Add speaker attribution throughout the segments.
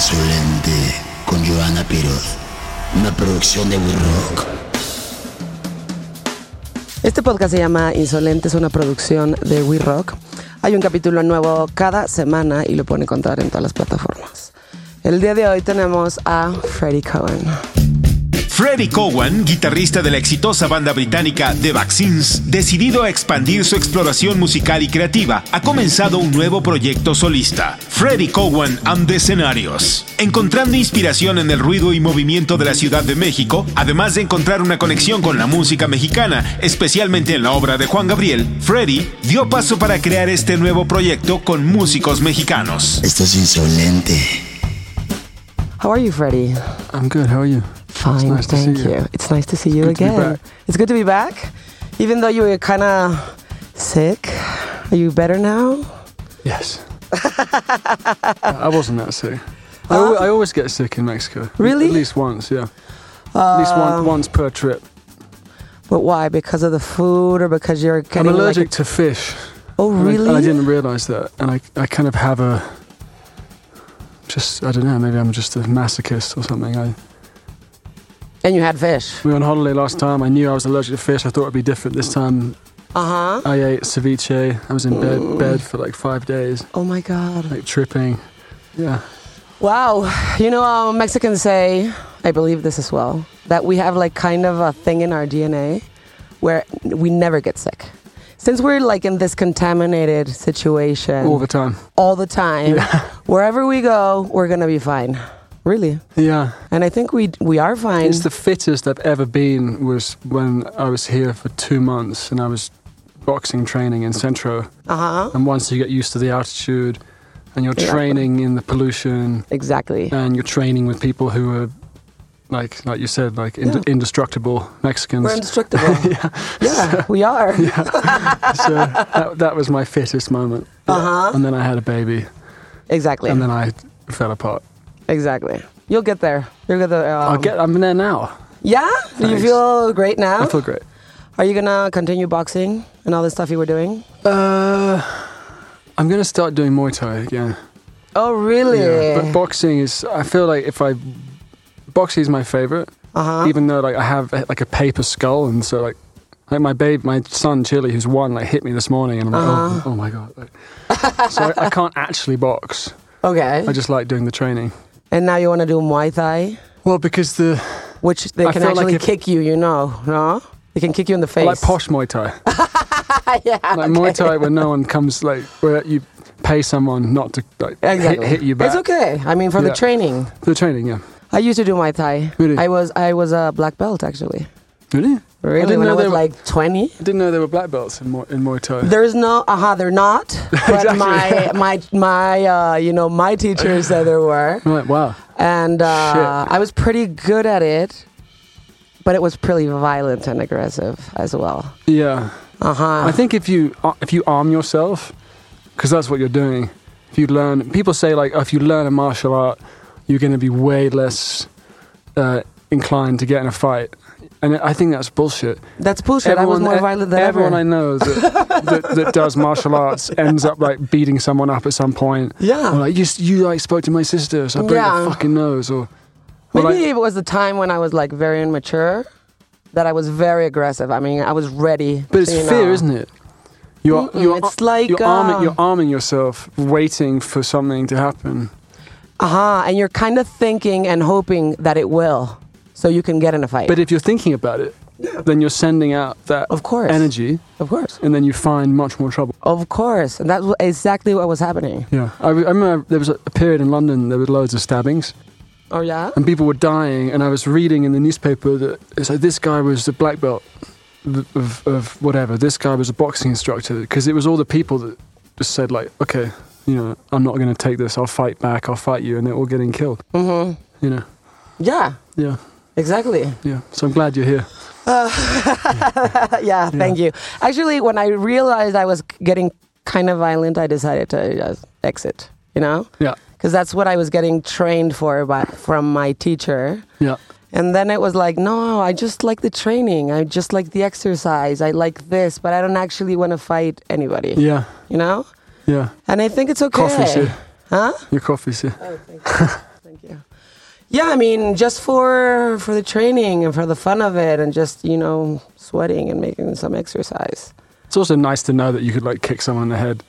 Speaker 1: Muerte con Joana Piroz, una producción de We Rock.
Speaker 2: Este podcast se llama Insolente, es una producción de We Rock. Hay un capítulo nuevo cada semana y lo pueden encontrar en todas las plataformas. El día de hoy tenemos a Freddie Cohen.
Speaker 3: Freddie Cowan, guitarrista de la exitosa banda británica The Vaccines, decidido a expandir su exploración musical y creativa, ha comenzado un nuevo proyecto solista, Freddie Cowan and the Scenarios. Encontrando inspiración en el ruido y movimiento de la Ciudad de México, además de encontrar una conexión con la música mexicana, especialmente en la obra de Juan Gabriel, Freddie dio paso para crear este nuevo proyecto con músicos mexicanos.
Speaker 1: Esto es insolente.
Speaker 2: How are you, Freddie?
Speaker 4: I'm good. How are you?
Speaker 2: Fine,
Speaker 4: nice to see
Speaker 2: thank
Speaker 4: you.
Speaker 2: you. It's nice to see you
Speaker 4: good to be
Speaker 2: again.
Speaker 4: back.
Speaker 2: It's good to be back, even though you were kind of sick. Are you better now?
Speaker 4: Yes. I I wasn't that sick. I, al- I always get sick in Mexico.
Speaker 2: Really? Um,
Speaker 4: At least once, yeah. at least one, once per trip.
Speaker 2: But why? Because of the food or because you're
Speaker 4: I'm
Speaker 2: getting
Speaker 4: allergic
Speaker 2: Like
Speaker 4: to fish.
Speaker 2: a, oh,
Speaker 4: and I-
Speaker 2: really?
Speaker 4: And I didn't realise that. And I, I kind of have a. Just, I don't know, maybe I'm just a masochist or something. I,
Speaker 2: And you had fish.
Speaker 4: we were on holiday last time. I knew I was allergic to fish. I thought it'd be different this time.
Speaker 2: Uh huh.
Speaker 4: I ate ceviche. I was in bed, bed for like five days,
Speaker 2: Oh my God.
Speaker 4: like tripping. Yeah.
Speaker 2: Wow. You know, how Mexicans say, I believe this as well, that we have like kind of a thing in our DNA where we never get sick. Since we're like in this contaminated situation
Speaker 4: All the time.
Speaker 2: all the time, wherever we go, we're going to be fine. Really.
Speaker 4: Yeah.
Speaker 2: And I think we we are fine.
Speaker 4: It's the fittest I've ever been was when I was here for two months and I was boxing training in Centro.
Speaker 2: Uh huh.
Speaker 4: And once you get used to the altitude and you're
Speaker 2: Yeah.
Speaker 4: training in the pollution
Speaker 2: Exactly.
Speaker 4: and you're training with people who are like like you said, like ind-
Speaker 2: Yeah.
Speaker 4: indestructible Mexicans.
Speaker 2: We're indestructible. yeah. we are.
Speaker 4: so that, that was my fittest moment.
Speaker 2: Uh-huh.
Speaker 4: And then I had a baby
Speaker 2: Exactly.
Speaker 4: and then I fell apart.
Speaker 2: Exactly. You'll get there. You'll get there. um,
Speaker 4: I'll get I'm there now.
Speaker 2: Yeah. Do you
Speaker 4: Thanks.
Speaker 2: feel great now?
Speaker 4: I feel great.
Speaker 2: Are you gonna continue boxing and all the stuff you were doing?
Speaker 4: Uh I'm gonna start doing Muay Thai again.
Speaker 2: Oh, really?
Speaker 4: Yeah, but boxing is. I feel like if I boxing is my favorite,
Speaker 2: uh huh.
Speaker 4: even though like I have uh, like a paper skull, and so like like my babe, my son Chili, who's one, like hit me this morning, and I'm like,
Speaker 2: Uh-huh.
Speaker 4: oh, oh my god. Like, so I, I can't actually box.
Speaker 2: Okay.
Speaker 4: I just like doing the training.
Speaker 2: and now you wanna do Muay Thai,
Speaker 4: Well, because the
Speaker 2: which they
Speaker 4: I
Speaker 2: can
Speaker 4: feel like
Speaker 2: actually
Speaker 4: if-
Speaker 2: kick you. You know, no? They can kick you in the
Speaker 4: I
Speaker 2: face.
Speaker 4: like posh Muay Thai, like
Speaker 2: yeah.
Speaker 4: Muay Thai, where no one comes, like where you pay someone not to like hit-
Speaker 2: Exactly.
Speaker 4: hit, you back.
Speaker 2: It's okay. I mean, for the
Speaker 4: Yeah.
Speaker 2: training,
Speaker 4: The training, yeah.
Speaker 2: I used to do Muay Thai.
Speaker 4: Really?
Speaker 2: I was I was a black belt actually.
Speaker 4: Really?
Speaker 2: Really?
Speaker 4: didn't
Speaker 2: when
Speaker 4: know
Speaker 2: I was
Speaker 4: they were-
Speaker 2: like twenty.
Speaker 4: I didn't know there were black belts in Muay, in Muay Thai.
Speaker 2: There's no, aha, they're not. But my, my, my, uh, you know, my teacher said there were.
Speaker 4: I'm like, wow.
Speaker 2: And uh,
Speaker 4: Shit.
Speaker 2: I was pretty good at it, but it was pretty violent and aggressive as well.
Speaker 4: Yeah.
Speaker 2: Uh
Speaker 4: I
Speaker 2: huh.
Speaker 4: think if you uh, if you arm yourself, because that's what you're doing. If you learn, people say like oh, if you learn a martial art, you're going to be way less uh, inclined to get in a fight. And I think that's bullshit.
Speaker 2: That's bullshit. I was more
Speaker 4: e-
Speaker 2: violent than
Speaker 4: everyone
Speaker 2: ever.
Speaker 4: I know that, that, that does martial arts ends up like beating someone up at some point.
Speaker 2: Yeah.
Speaker 4: Or like you s- you like spoke to my sister, so I broke
Speaker 2: Yeah.
Speaker 4: your fucking nose. Or, or
Speaker 2: Maybe
Speaker 4: like,
Speaker 2: it was the time when I was like very immature that I was very aggressive. I mean, I was ready.
Speaker 4: but it's
Speaker 2: you know.
Speaker 4: fear, isn't it? You're,
Speaker 2: Mm-mm,
Speaker 4: you're,
Speaker 2: it's like,
Speaker 4: you're,
Speaker 2: uh,
Speaker 4: arming, you're arming yourself, waiting for something to happen.
Speaker 2: Aha. Uh-huh. And you're kind of thinking and hoping that it will so you can get in a fight.
Speaker 4: But if you're thinking about it, then you're sending out that
Speaker 2: Of course.
Speaker 4: energy,
Speaker 2: of course.
Speaker 4: and then you find much more trouble.
Speaker 2: Of course. And that's wh- exactly what was happening.
Speaker 4: Yeah, I, re- I remember there was a period in London there were loads of stabbings,
Speaker 2: Oh, yeah?
Speaker 4: and people were dying. And I was reading in the newspaper that it's like this guy was the black belt th- of, of whatever. This guy was a boxing instructor because it was all the people that just said like, okay, you know, I'm not going to take this. I'll fight back. I'll fight you, and they're all getting killed. Mm-hmm. You know,
Speaker 2: Yeah,
Speaker 4: yeah,
Speaker 2: exactly.
Speaker 4: yeah. So I'm glad you're here.
Speaker 2: yeah, thank you. Actually, when I realized I was getting kind of violent, I decided to just exit, you know?
Speaker 4: Yeah,
Speaker 2: Because that's what I was getting trained for by, from my teacher.
Speaker 4: yeah.
Speaker 2: And then it was like, no, I just like the training. I just like the exercise. I like this, but I don't actually want to fight anybody,
Speaker 4: Yeah,
Speaker 2: you know?
Speaker 4: yeah.
Speaker 2: And I think it's okay.
Speaker 4: Coffee's here.
Speaker 2: Huh?
Speaker 4: Your coffee's here.
Speaker 2: Oh, thank you. thank you. Yeah, I mean, just for for the training and for the fun of it, and just you know, sweating and making some exercise.
Speaker 4: It's also nice to know that you could like kick someone in the head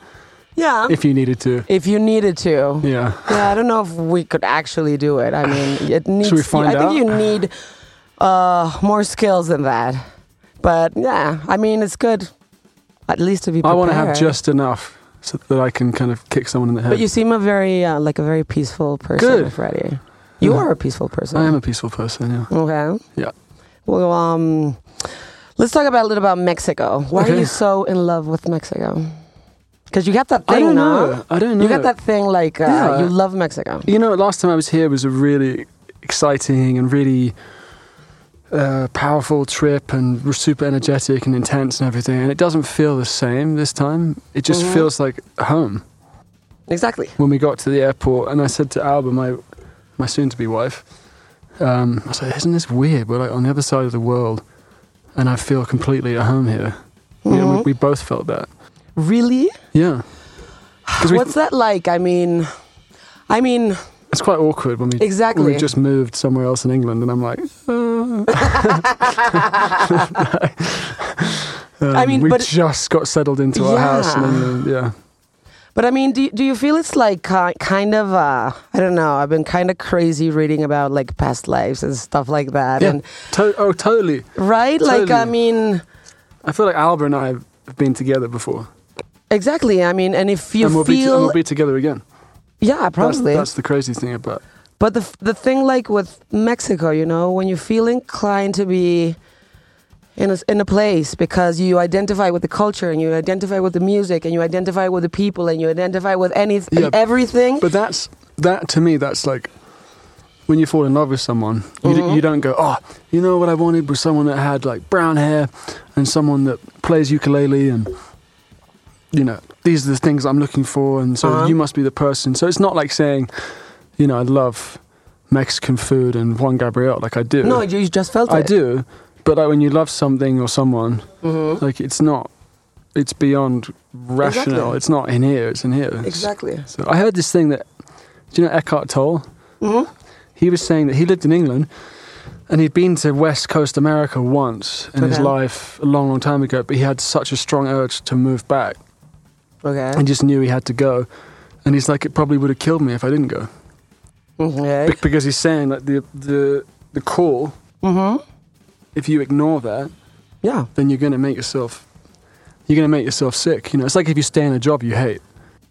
Speaker 2: Yeah, if,
Speaker 4: if you needed to.
Speaker 2: you needed to.
Speaker 4: Yeah.
Speaker 2: Yeah, I don't know if we could actually do it. I mean, it needs.
Speaker 4: we find
Speaker 2: I think
Speaker 4: out?
Speaker 2: you need uh, more skills than that. But yeah, I mean, it's good at least to be.
Speaker 4: I
Speaker 2: Prepared.
Speaker 4: want to have just enough so that I can kind of kick someone in the head.
Speaker 2: But you seem a very uh, like a very peaceful person,
Speaker 4: Good.
Speaker 2: Freddie. You
Speaker 4: Yeah.
Speaker 2: are a peaceful person.
Speaker 4: I am a peaceful person. Yeah.
Speaker 2: Okay.
Speaker 4: Yeah.
Speaker 2: Well, um, let's talk about a little about Mexico. Why are
Speaker 4: Okay.
Speaker 2: you so in love with Mexico? Because you got that thing,
Speaker 4: I don't
Speaker 2: no?
Speaker 4: know. I don't know.
Speaker 2: You got that thing, like uh,
Speaker 4: Yeah.
Speaker 2: you love Mexico.
Speaker 4: You know, last time I was here was a really exciting and really uh, powerful trip and we're super energetic and intense and everything. And it doesn't feel the same this time. It just
Speaker 2: Mhm.
Speaker 4: feels like home.
Speaker 2: Exactly.
Speaker 4: When we got to the airport, and I said to Alba, my my soon-to-be wife, um, I said, "Isn't this weird? We're like on the other side of the world, and I feel completely at home here." You know, we, we both felt that.
Speaker 2: Really?
Speaker 4: Yeah, 'Cause we-
Speaker 2: What's that like? I mean, I mean,
Speaker 4: it's quite awkward when we
Speaker 2: Exactly.
Speaker 4: when we just moved somewhere else in England, and I'm like, uh,
Speaker 2: I mean,
Speaker 4: Um, we
Speaker 2: but-
Speaker 4: just got settled into our house in
Speaker 2: Yeah.
Speaker 4: England. Yeah,
Speaker 2: But I mean, do, do you feel it's like ki kind of, uh, I don't know, I've been kind of crazy reading about like past lives and stuff like that.
Speaker 4: yeah.
Speaker 2: And,
Speaker 4: To- oh, totally.
Speaker 2: right? Like, I
Speaker 4: Totally.
Speaker 2: mean,
Speaker 4: I feel like Alba and I have been together before,
Speaker 2: exactly. I mean, and if you
Speaker 4: and we'll be t- and
Speaker 2: feel,
Speaker 4: we'll be together again.
Speaker 2: yeah,
Speaker 4: That's,
Speaker 2: probably.
Speaker 4: that's the crazy thing about.
Speaker 2: But the the thing like with Mexico, you know, when you feel inclined to be in a, in a place because you identify with the culture and you identify with the music and you identify with the people and you identify with anything,
Speaker 4: Yeah,
Speaker 2: everything.
Speaker 4: But that's that to me. That's like when you fall in love with someone, you, d-
Speaker 2: Mm-hmm.
Speaker 4: you don't go, oh, you know what I wanted was someone that had like brown hair and someone that plays ukulele and you know these are the things I'm looking for, and so
Speaker 2: Uh-huh.
Speaker 4: you must be the person. So it's not like saying, you know, I love Mexican food and Juan Gabriel like I do.
Speaker 2: no, you just felt
Speaker 4: I
Speaker 2: it.
Speaker 4: do. But like when you love something or someone,
Speaker 2: Mm-hmm.
Speaker 4: like it's not, it's beyond rational.
Speaker 2: Exactly.
Speaker 4: It's not in here. It's in here. It's-
Speaker 2: Exactly.
Speaker 4: so I heard this thing that do you know Eckhart Tolle?
Speaker 2: Mm-hmm.
Speaker 4: He was saying that he lived in England and he'd been to West Coast America once in his
Speaker 2: Okay.
Speaker 4: life a long, long time ago, but he had such a strong urge to move back
Speaker 2: Okay.
Speaker 4: and just knew he had to go. And he's like, it probably would have killed me if I didn't go.
Speaker 2: okay.
Speaker 4: Be- because he's saying like the the the call,
Speaker 2: Mhm.
Speaker 4: Mm-hmm. if you ignore that,
Speaker 2: Yeah.
Speaker 4: then you're gonna make yourself you're gonna make yourself sick. You know, it's like if you stay in a job you hate.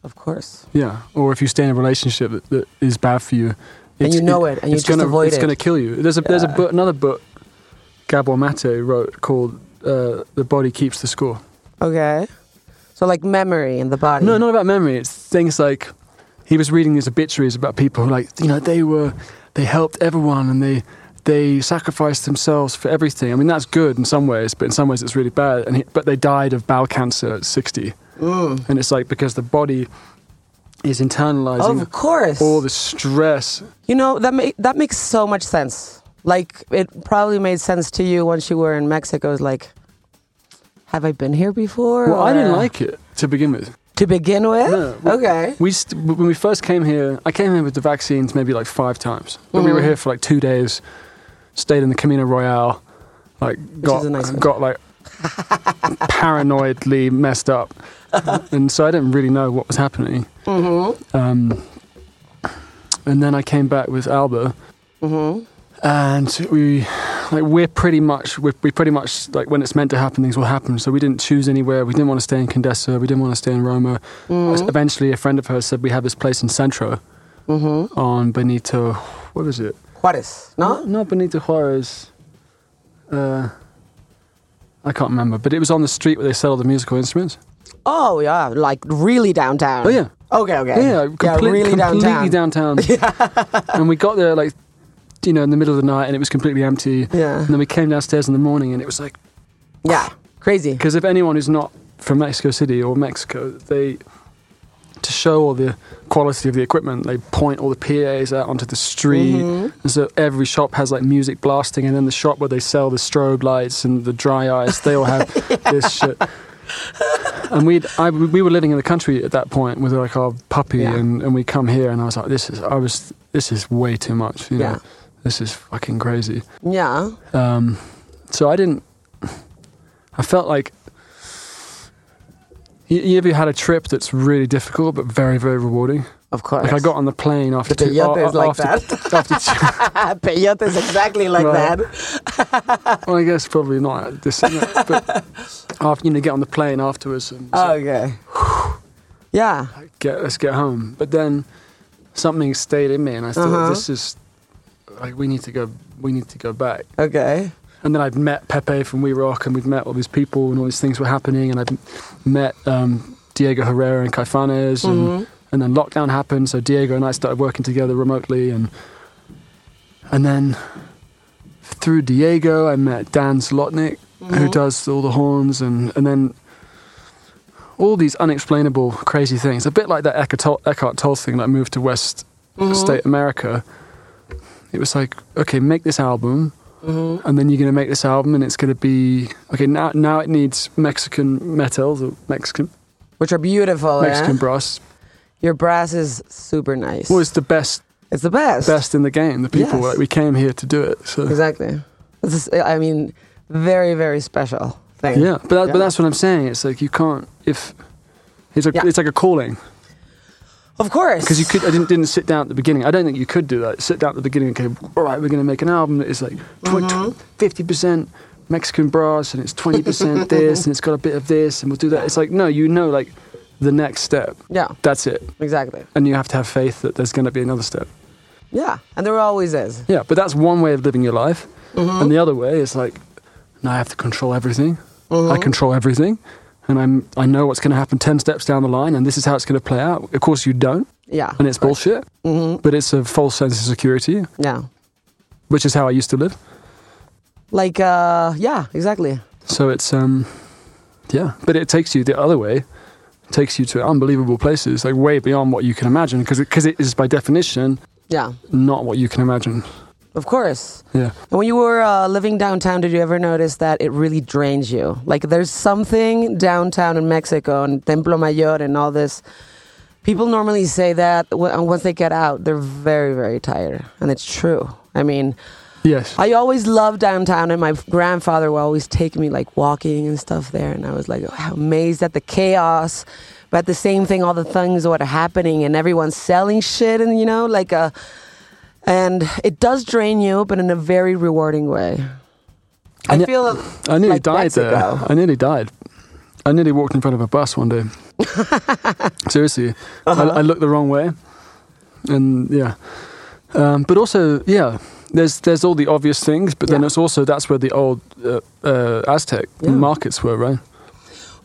Speaker 2: Of course.
Speaker 4: Yeah, or if you stay in a relationship that, that is bad for you,
Speaker 2: And
Speaker 4: it's-
Speaker 2: you know it, and you
Speaker 4: it's
Speaker 2: just
Speaker 4: gonna,
Speaker 2: avoid
Speaker 4: It's
Speaker 2: it.
Speaker 4: going to kill you. There's a there's a
Speaker 2: Yeah.
Speaker 4: book, another book Gabor Mate wrote called uh, "The Body Keeps the Score."
Speaker 2: Okay. So like memory in the body.
Speaker 4: No, not about memory. It's things like he was reading these obituaries about people who, like, you know, they were they helped everyone and they they sacrificed themselves for everything. I mean, that's good in some ways, but in some ways it's really bad. And he, but they died of bowel cancer at sixty, and it's like because the body is internalizing
Speaker 2: Of course.
Speaker 4: all the stress.
Speaker 2: You know that ma- that makes so much sense. Like it probably made sense to you once you were in Mexico. It's like, have I been here before?
Speaker 4: Well, I didn't
Speaker 2: Or-
Speaker 4: like it to begin with.
Speaker 2: to begin with.
Speaker 4: No, we-
Speaker 2: okay.
Speaker 4: We st- when we first came here, I came here with the vaccines maybe like five times. But we were here for like two days, stayed in the Camino Royale, like got
Speaker 2: is a nice one.
Speaker 4: got like paranoidly messed up,
Speaker 2: Uh-huh.
Speaker 4: and so I didn't really know what was happening.
Speaker 2: Mm-hmm.
Speaker 4: Um, and then I came back with Alba,
Speaker 2: Mm-hmm.
Speaker 4: and we like we're pretty much we we pretty much like when it's meant to happen, things will happen. So we didn't choose anywhere. We didn't want to stay in Condesa. We didn't want to stay in Roma.
Speaker 2: Mm-hmm.
Speaker 4: Eventually, a friend of hers said we have this place in Centro
Speaker 2: Mm-hmm.
Speaker 4: on Benito. What was it?
Speaker 2: Juarez. No.
Speaker 4: Not Benito Juarez. Uh, I can't remember, but it was on the street where they sell the musical instruments.
Speaker 2: Oh yeah, like really downtown.
Speaker 4: Oh, yeah.
Speaker 2: Okay. Okay.
Speaker 4: Yeah, complete-
Speaker 2: really
Speaker 4: completely
Speaker 2: downtown.
Speaker 4: downtown. and we got there like, you know, in the middle of the night, and it was completely empty.
Speaker 2: Yeah.
Speaker 4: And then we came downstairs in the morning, and it was like
Speaker 2: Yeah. Crazy.
Speaker 4: because if anyone who's not from Mexico City or Mexico, they to show all the quality of the equipment, they point all the PAs out onto the street,
Speaker 2: Mm-hmm.
Speaker 4: and so every shop has like music blasting, and then the shop where they sell the strobe lights and the dry ice, they all have this shit. and we I we were living in the country at that point with like our puppy,
Speaker 2: Yeah.
Speaker 4: and, and we come here, and I was like, this is I was this is way too much, you know,
Speaker 2: Yeah.
Speaker 4: this is fucking crazy.
Speaker 2: Yeah.
Speaker 4: Um, so I didn't. I felt like. You, you ever had a trip that's really difficult but very very rewarding?
Speaker 2: Of course.
Speaker 4: Like I got on the plane after
Speaker 2: The
Speaker 4: two.
Speaker 2: peyote is like
Speaker 4: after,
Speaker 2: that.
Speaker 4: after two,
Speaker 2: Peyote is exactly like
Speaker 4: Right.
Speaker 2: that.
Speaker 4: well, I guess probably not this, but after you know, get on the plane afterwards and
Speaker 2: okay. yeah.
Speaker 4: get let's get home. But then something stayed in me, and I thought
Speaker 2: Uh-huh.
Speaker 4: this is like we need to go. We need to go back.
Speaker 2: Okay.
Speaker 4: And then I'd met Pepe from We Rock, and we'd met all these people, and all these things were happening. And I'd m- met um, Diego Herrera and Caifanes, and, and then lockdown happened. So Diego and I started working together remotely, and and then through Diego, I met Dan Slotnick, who does all the horns, and and then all these unexplainable crazy things. A bit like that Eckhart Tolle, Eckhart Tolle thing that I moved to West State America. It was like, okay, make this album and then you're going to make this album and it's going to be okay now now it needs mexican metals or mexican
Speaker 2: Which are beautiful.
Speaker 4: mexican
Speaker 2: eh?
Speaker 4: brass
Speaker 2: Your brass is super nice.
Speaker 4: well it's the best
Speaker 2: it's the best.
Speaker 4: best in the game the people
Speaker 2: Yes.
Speaker 4: like, we came here to do it so
Speaker 2: Exactly. This is, I mean, very, very special thing.
Speaker 4: yeah but, that,
Speaker 2: Yeah.
Speaker 4: but that's what i'm saying it's like you can't if it's like
Speaker 2: Yeah.
Speaker 4: it's like a calling
Speaker 2: Of course.
Speaker 4: because you could I didn't, didn't sit down at the beginning I don't think you could do that sit down at the beginning okay all right we're going to make an album that is like twen- tw
Speaker 2: Mm-hmm.
Speaker 4: 50% Mexican brass and it's 20% this and it's got a bit of this and we'll do that it's like no you know like the next step
Speaker 2: Yeah,
Speaker 4: that's it
Speaker 2: exactly.
Speaker 4: and you have to have faith that there's going to be another step.
Speaker 2: Yeah. And there always is.
Speaker 4: Yeah, but that's one way of living your life.
Speaker 2: Mm-hmm.
Speaker 4: And the other way is like, now I have to control everything.
Speaker 2: Mm-hmm.
Speaker 4: I control everything, and I'm I know what's going to happen ten steps down the line, and this is how it's going to play out. Of course, you don't,
Speaker 2: Yeah. Mm-hmm.
Speaker 4: and it's bullshit. But it's a false sense of security,
Speaker 2: Yeah.
Speaker 4: which is how I used to live.
Speaker 2: Like, uh, yeah, exactly.
Speaker 4: So it's um, yeah. But it takes you the other way. It takes you to unbelievable places, like way beyond what you can imagine, because because it is by definition
Speaker 2: Yeah.
Speaker 4: not what you can imagine.
Speaker 2: Of course.
Speaker 4: Yeah.
Speaker 2: And when you were uh, living downtown, did you ever notice that it really drains you? Like, there's something downtown in Mexico and Templo Mayor and all this. People normally say that w- once they get out, they're very, very tired. And it's true. I mean,
Speaker 4: Yes.
Speaker 2: I always loved downtown, and my grandfather would always take me like walking and stuff there, and I was like amazed at the chaos, but at the same thing, all the things that are happening, and everyone's selling shit, and you know, like a, and it does drain you, but in a very rewarding way. I
Speaker 4: And it-
Speaker 2: feel that
Speaker 4: I nearly
Speaker 2: like
Speaker 4: died
Speaker 2: Mexico.
Speaker 4: there. I nearly died. I nearly walked in front of a bus one day. Seriously,
Speaker 2: Uh-huh.
Speaker 4: I, I looked the wrong way, and yeah. Um, but also, yeah, there's there's all the obvious things, but then
Speaker 2: Yeah.
Speaker 4: it's also that's where the old uh, uh, Aztec
Speaker 2: Yeah.
Speaker 4: markets were, right?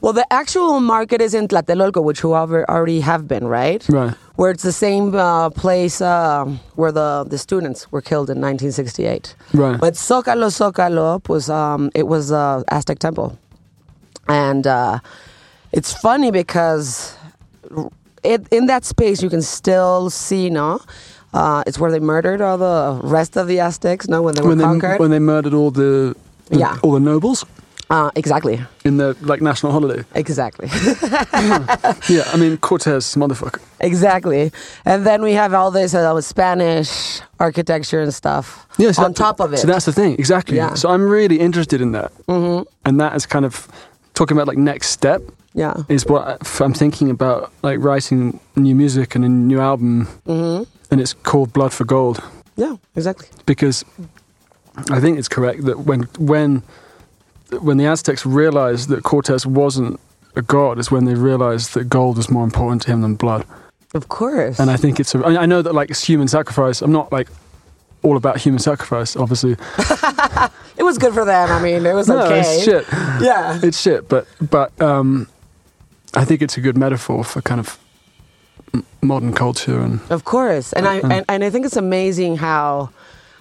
Speaker 2: Well, the actual market is in Tlatelolco, which whoever already have been, right?
Speaker 4: Right.
Speaker 2: Where it's the same uh, place um where the, the students were killed in 1968.
Speaker 4: Right.
Speaker 2: But Zocalo Zocalo was um, it was uh, Aztec temple, and uh, it's funny because it, in that space you can still see no. Uh, it's where they murdered all the rest of the Aztecs. No, when they were
Speaker 4: When they
Speaker 2: conquered.
Speaker 4: when they murdered all the, the-
Speaker 2: Yeah.
Speaker 4: all the nobles
Speaker 2: uh, exactly,
Speaker 4: in the like national holiday.
Speaker 2: exactly.
Speaker 4: Yeah, I mean Cortez, motherfucker.
Speaker 2: Exactly. And then we have all this uh, with Spanish architecture and stuff
Speaker 4: Yeah, so
Speaker 2: on
Speaker 4: that-
Speaker 2: top of it.
Speaker 4: So that's the thing, exactly.
Speaker 2: Yeah.
Speaker 4: So I'm really interested in that, mm-hmm. and that is kind of talking about like next step
Speaker 2: yeah.
Speaker 4: is what I- f- I'm thinking about, like writing new music and a new album,
Speaker 2: Mm-hmm.
Speaker 4: and it's called Blood for Gold
Speaker 2: Yeah, exactly.
Speaker 4: because I think it's correct that when when when the Aztecs realized that Cortez wasn't a god is when they realized that gold was more important to him than blood.
Speaker 2: Of course.
Speaker 4: And I think it's. A, I I know that like it's human sacrifice. I'm not like all about human sacrifice, obviously.
Speaker 2: it was good for them. I mean, it was okay.
Speaker 4: it's shit.
Speaker 2: Yeah.
Speaker 4: It's shit, but but um, I think it's a good metaphor for kind of m- modern culture and
Speaker 2: Of course. And I
Speaker 4: Mm-hmm.
Speaker 2: and, and I think it's amazing how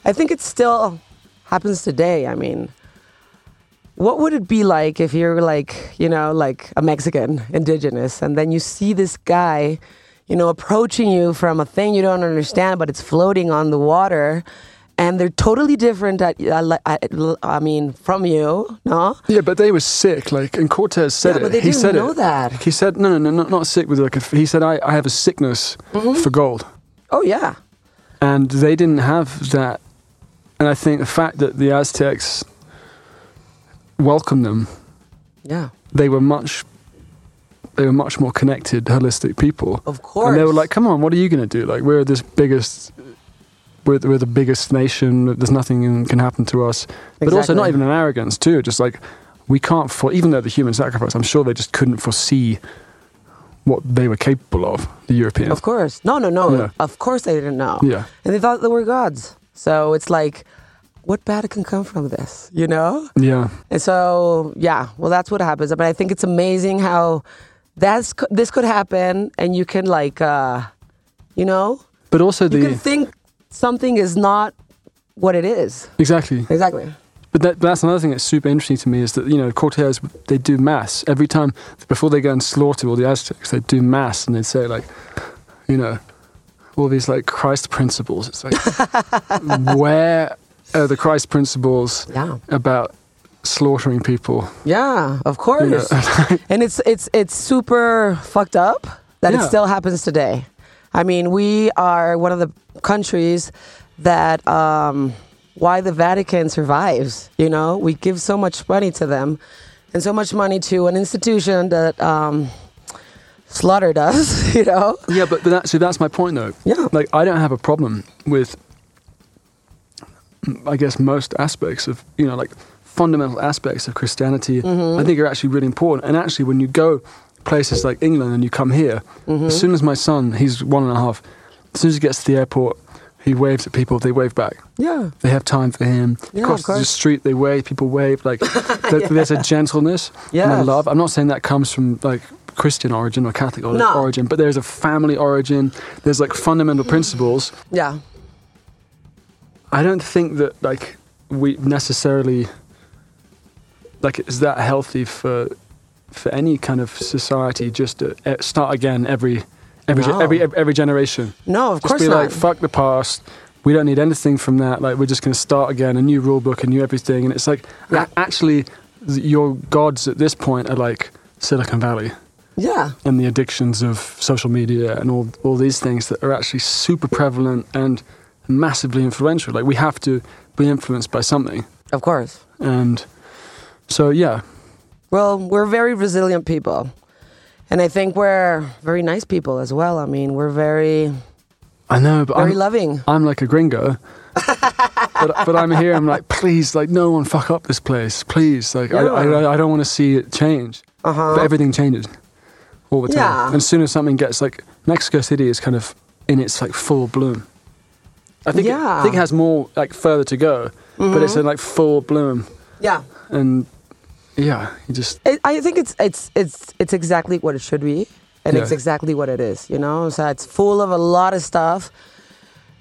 Speaker 2: I think it still happens today. I mean, what would it be like if you're like, you know, like a Mexican indigenous and then you see this guy, you know, approaching you from a thing you don't understand but it's floating on the water and they're totally different at, I, I, I mean from you no
Speaker 4: Yeah, but they were sick. Like, and Cortez said
Speaker 2: Yeah,
Speaker 4: it.
Speaker 2: but they
Speaker 4: he
Speaker 2: didn't
Speaker 4: said
Speaker 2: know
Speaker 4: it.
Speaker 2: that.
Speaker 4: He said no, no, no, not, not sick with like. A, he said I, I have a sickness
Speaker 2: Mm-hmm.
Speaker 4: for gold,
Speaker 2: oh yeah
Speaker 4: and they didn't have that. And I think the fact that the Aztecs welcomed them,
Speaker 2: yeah
Speaker 4: they were much, they were much more connected, holistic people.
Speaker 2: of course
Speaker 4: And they were like, "Come on, what are you going to do? Like, we're this biggest, we're, we're the biggest nation. There's nothing in- can happen to us." But also, not
Speaker 2: Exactly.
Speaker 4: even an arrogance too. Just like we can't for even though the human sacrifice, I'm sure they just couldn't foresee what they were capable of. The Europeans.
Speaker 2: Of course. No, no, no.
Speaker 4: Yeah.
Speaker 2: Of course they didn't know.
Speaker 4: Yeah.
Speaker 2: And they thought they were gods. So it's like, what bad can come from this, you know?
Speaker 4: Yeah,
Speaker 2: And so, yeah, well, that's what happens. But I think it's amazing how that's c- this could happen and you can, like, uh, you know,
Speaker 4: but also
Speaker 2: you can
Speaker 4: the
Speaker 2: think something is not what it is.
Speaker 4: exactly.
Speaker 2: Exactly.
Speaker 4: But that, that's another thing that's super interesting to me is that you know Cortez they do mass every time before they go and slaughter all the Aztecs they do mass and they say like you know all these like Christ principles it's like where are the Christ principles
Speaker 2: Yeah.
Speaker 4: about slaughtering people
Speaker 2: Yeah, of course.
Speaker 4: Yeah.
Speaker 2: and it's it's it's super fucked up that it
Speaker 4: Yeah.
Speaker 2: still happens today. I mean, we are one of the countries that um, why the Vatican survives. You know, we give so much money to them, and so much money to an institution that um, slaughtered us. You know,
Speaker 4: yeah but, but actually that's my point though
Speaker 2: Yeah.
Speaker 4: like I don't have a problem with I guess most aspects of you know like fundamental aspects of Christianity I think are actually really important. And actually, when you go places like England and you come here, as soon as my son, he's one and a half, as soon as he gets to the airport, he waves at people. They wave back.
Speaker 2: yeah,
Speaker 4: They have time for him.
Speaker 2: Yeah, of
Speaker 4: Across the
Speaker 2: course.
Speaker 4: street, they wave. People wave. Like there- there's a gentleness and a
Speaker 2: Yes.
Speaker 4: love. I'm not saying that comes from like Christian origin or Catholic or-
Speaker 2: No.
Speaker 4: origin, but there's a family origin. There's like fundamental principles.
Speaker 2: yeah,
Speaker 4: I don't think that like we necessarily like is that healthy for for any kind of society just to eh, start again every every ge-
Speaker 2: No.
Speaker 4: every every generation.
Speaker 2: no, of
Speaker 4: just
Speaker 2: course
Speaker 4: be
Speaker 2: not.
Speaker 4: like fuck the past. We don't need anything from that. Like we're just going to start again, a new rule book, a new everything. And it's like a-
Speaker 2: Yeah.
Speaker 4: actually th- your gods at this point are like Silicon Valley
Speaker 2: yeah,
Speaker 4: and the addictions of social media and all, all these things that are actually super prevalent and massively influential. Like we have to be influenced by something.
Speaker 2: of course.
Speaker 4: And so, yeah,
Speaker 2: Well, we're very resilient people. And I think we're very nice people as well. I mean, we're very,
Speaker 4: I know, but
Speaker 2: very
Speaker 4: I'm,
Speaker 2: loving.
Speaker 4: I'm like a gringo. but, but I'm here, I'm like, please, like, no one fuck up this place. Please. Like, I, I, I don't want to see it change.
Speaker 2: Uh-huh.
Speaker 4: But everything changes all the time.
Speaker 2: Yeah.
Speaker 4: And as soon as something gets like, Mexico City is kind of in its like full bloom. I think, it, I
Speaker 2: Yeah. Mm-hmm.
Speaker 4: think it has more like further to go, but it's in like full bloom.
Speaker 2: Yeah.
Speaker 4: And yeah, you just,
Speaker 2: It, I think it's it's it's it's exactly what it should be, and it's
Speaker 4: Yeah.
Speaker 2: exactly what it is. You know, so it's full of a lot of stuff.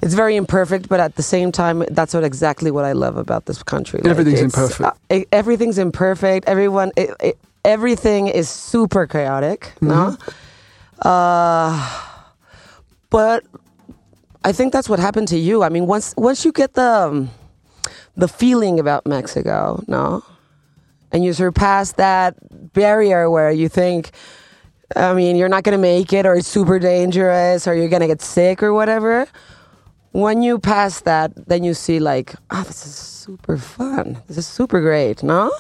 Speaker 2: It's very imperfect, but at the same time, that's what exactly what I love about this country.
Speaker 4: Everything's
Speaker 2: it's,
Speaker 4: imperfect.
Speaker 2: uh, e- everything's imperfect. Everyone, it, it, everything is super chaotic. No,
Speaker 4: Mm-hmm.
Speaker 2: uh, but I think that's what happened to you. I mean, once once you get the um, the feeling about Mexico, no, and you surpass that barrier where you think, I mean, you're not gonna make it, or it's super dangerous, or you're gonna get sick, or whatever. When you pass that, then you see like, oh, this is super fun. This is super great. No,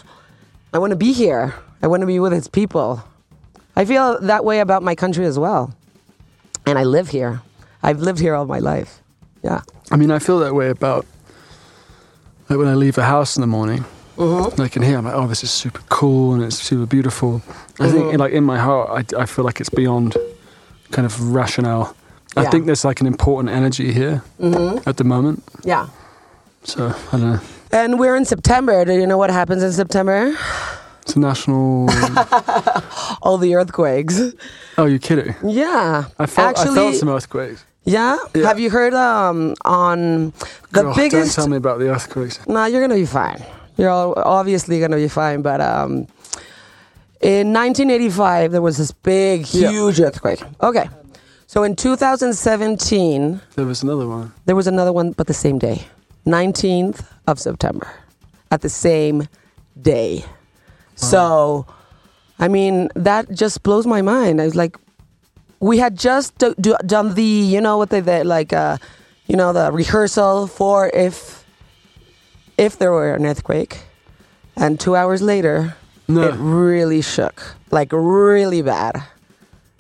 Speaker 2: I want to be here. I want to be with its people. I feel that way about my country as well, and I live here. I've lived here all my life. Yeah.
Speaker 4: I mean, I feel that way about like when I leave the house in the morning.
Speaker 2: Uh-huh.
Speaker 4: Like in here, I'm like, oh, this is super cool and it's super beautiful. I think,
Speaker 2: Uh-huh.
Speaker 4: like in my heart, I, I feel like it's beyond kind of rationale.
Speaker 2: Yeah.
Speaker 4: I
Speaker 2: Mm-hmm.
Speaker 4: think there's like an important energy here at the moment.
Speaker 2: Yeah.
Speaker 4: So I don't know.
Speaker 2: And we're in September. Do you know what happens in September?
Speaker 4: It's a national.
Speaker 2: All the earthquakes.
Speaker 4: oh, you're kidding!
Speaker 2: Yeah.
Speaker 4: I felt I
Speaker 2: Actually,
Speaker 4: felt some earthquakes.
Speaker 2: yeah?
Speaker 4: Yeah.
Speaker 2: Have you heard um on the
Speaker 4: God,
Speaker 2: biggest
Speaker 4: Oh, Don't tell me about the earthquakes.
Speaker 2: No, you're gonna be fine. You're all obviously gonna be fine. But um, in 1985, there was this big,
Speaker 4: Yeah.
Speaker 2: huge earthquake. Okay, so in 2017,
Speaker 4: There was another one.
Speaker 2: there was another one, but the same day, 19th of September at the same day. So, I mean, that just blows my mind. I was like, we had just do, do, done the, you know, what they, they like, uh, you know, the rehearsal for if if there were an earthquake, and two hours later,
Speaker 4: No.
Speaker 2: it really shook, like really bad.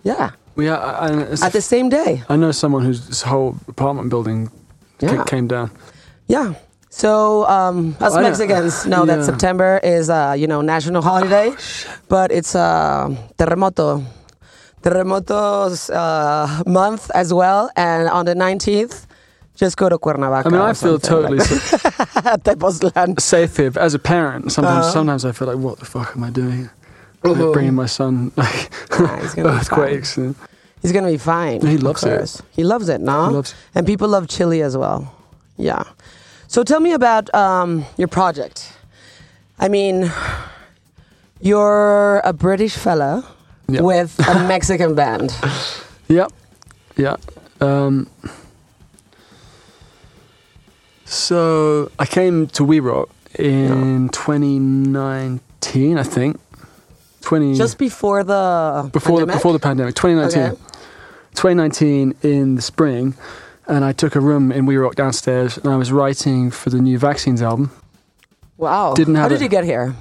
Speaker 2: Yeah,
Speaker 4: We are, I, I- it's-
Speaker 2: at the same day.
Speaker 4: I know someone whose whole apartment building ca-
Speaker 2: Yeah.
Speaker 4: came down.
Speaker 2: Yeah. So um, us
Speaker 4: I don't-
Speaker 2: Mexicans know
Speaker 4: Oh, yeah. Ah,
Speaker 2: that September is uh, you know national holiday, but it's uh, terremoto, terremotos uh, month as well. And on the nineteenth, just go to Cuernavaca.
Speaker 4: I mean,
Speaker 2: or
Speaker 4: I feel
Speaker 2: something
Speaker 4: totally sa-
Speaker 2: like Tepoztlan.
Speaker 4: safe here. But as a parent, sometimes
Speaker 2: Uh-huh.
Speaker 4: sometimes I feel like, what the fuck am I doing? here?
Speaker 2: Mhm.
Speaker 4: Bringing my son like
Speaker 2: Nah, he's gonna be
Speaker 4: earthquakes. and-
Speaker 2: He's gonna be fine.
Speaker 4: He
Speaker 2: of
Speaker 4: loves it.
Speaker 2: course. He loves it, no?
Speaker 4: He loves-
Speaker 2: and people love Chile as well. Yeah. So tell me about um, your project. I mean, you're a British fella
Speaker 4: Yeah. Mm.
Speaker 2: with a Mexican band.
Speaker 4: Yeah, yeah. Um, so I came to We Rock in 2019, I think. 20
Speaker 2: Just before the
Speaker 4: before the
Speaker 2: pandemic?
Speaker 4: before the pandemic, 2019.
Speaker 2: Okay.
Speaker 4: 2019 in the spring, and I took a room in We Rock downstairs, and I was writing for the new Vaccines album.
Speaker 2: wow.
Speaker 4: didn't
Speaker 2: How
Speaker 4: have
Speaker 2: did
Speaker 4: it.
Speaker 2: you get here?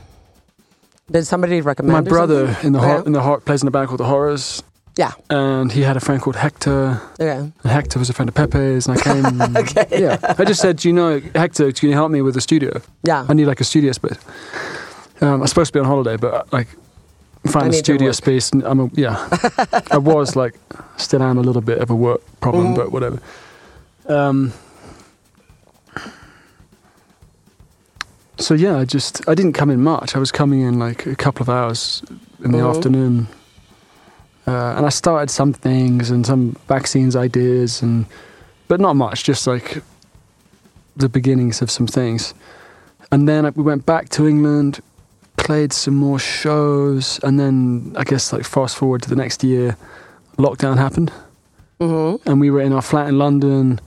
Speaker 2: Did somebody recommend?
Speaker 4: My
Speaker 2: or
Speaker 4: brother
Speaker 2: something?
Speaker 4: in the hor-
Speaker 2: Okay.
Speaker 4: in the hor- plays in a band called the Horrors,
Speaker 2: yeah.
Speaker 4: and he had a friend called Hector.
Speaker 2: Okay.
Speaker 4: And Hector was a friend of Pepe's, and I came.
Speaker 2: Okay.
Speaker 4: Yeah, I just said, "Do you know Hector? Can you help me with the studio?
Speaker 2: Yeah.
Speaker 4: I need like a studio space. Um, I'm supposed to be on holiday, but like
Speaker 2: I
Speaker 4: find a
Speaker 2: need to
Speaker 4: studio
Speaker 2: work.
Speaker 4: space. And I'm a, yeah, I was like, still am a little bit of a work problem,
Speaker 2: Mm.
Speaker 4: but whatever. Um, so yeah, I just I didn't come in much. I was coming in like a couple of hours in the
Speaker 2: Mhm.
Speaker 4: afternoon, uh, and I started some things and some vaccines ideas and, but not much. Just like the beginnings of some things. And then we went back to England, played some more shows, and then I guess like fast forward to the next year, lockdown happened,
Speaker 2: Mm-hmm.
Speaker 4: and we were in our flat in London,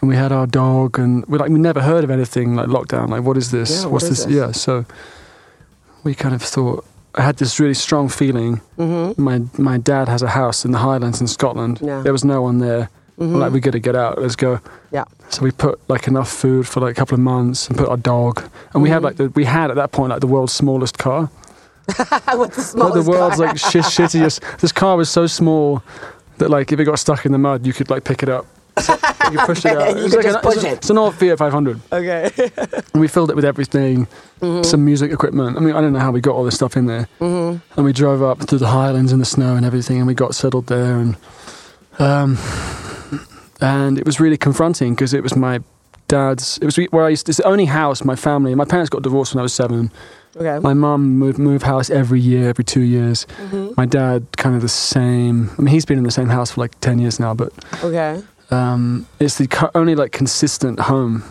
Speaker 4: and we had our dog, and we like we never heard of anything like lockdown. Like what is this?
Speaker 2: Yeah, what
Speaker 4: What's
Speaker 2: is
Speaker 4: this?
Speaker 2: this?
Speaker 4: Yeah. So we kind of thought. I had this really strong feeling.
Speaker 2: Mm-hmm.
Speaker 4: My my dad has a house in the Highlands in Scotland.
Speaker 2: Yeah.
Speaker 4: There was no one there.
Speaker 2: Mhm.
Speaker 4: Like we got to get out. Let's go.
Speaker 2: Yeah.
Speaker 4: So we put like enough food for like a couple of months and put our dog. And we had like the, we had at that point like the world's smallest car.
Speaker 2: With the
Speaker 4: Like,
Speaker 2: smallest
Speaker 4: the world's
Speaker 2: car.
Speaker 4: like shit, shittiest. This car was so small that like if it got stuck in the mud, you could like pick it up. So you could push it out.
Speaker 2: You
Speaker 4: It's
Speaker 2: could
Speaker 4: an-
Speaker 2: just push
Speaker 4: it's, a-
Speaker 2: it.
Speaker 4: It's an old Fiat 500.
Speaker 2: okay.
Speaker 4: And we filled it with everything, some music equipment. I mean, I don't know how we got all this stuff in there. Mm-hmm. And we drove up through the highlands in the snow and everything, and we got settled there. And um, and it was really confronting because it was my dad's. It was where I used. It's the only house my family. My parents got divorced when I was seven.
Speaker 2: Okay.
Speaker 4: My mum moved move house every year, every two years. My dad kind of the same. I mean, he's been in the same house for like ten years now, but
Speaker 2: okay.
Speaker 4: um, it's the co- only like consistent home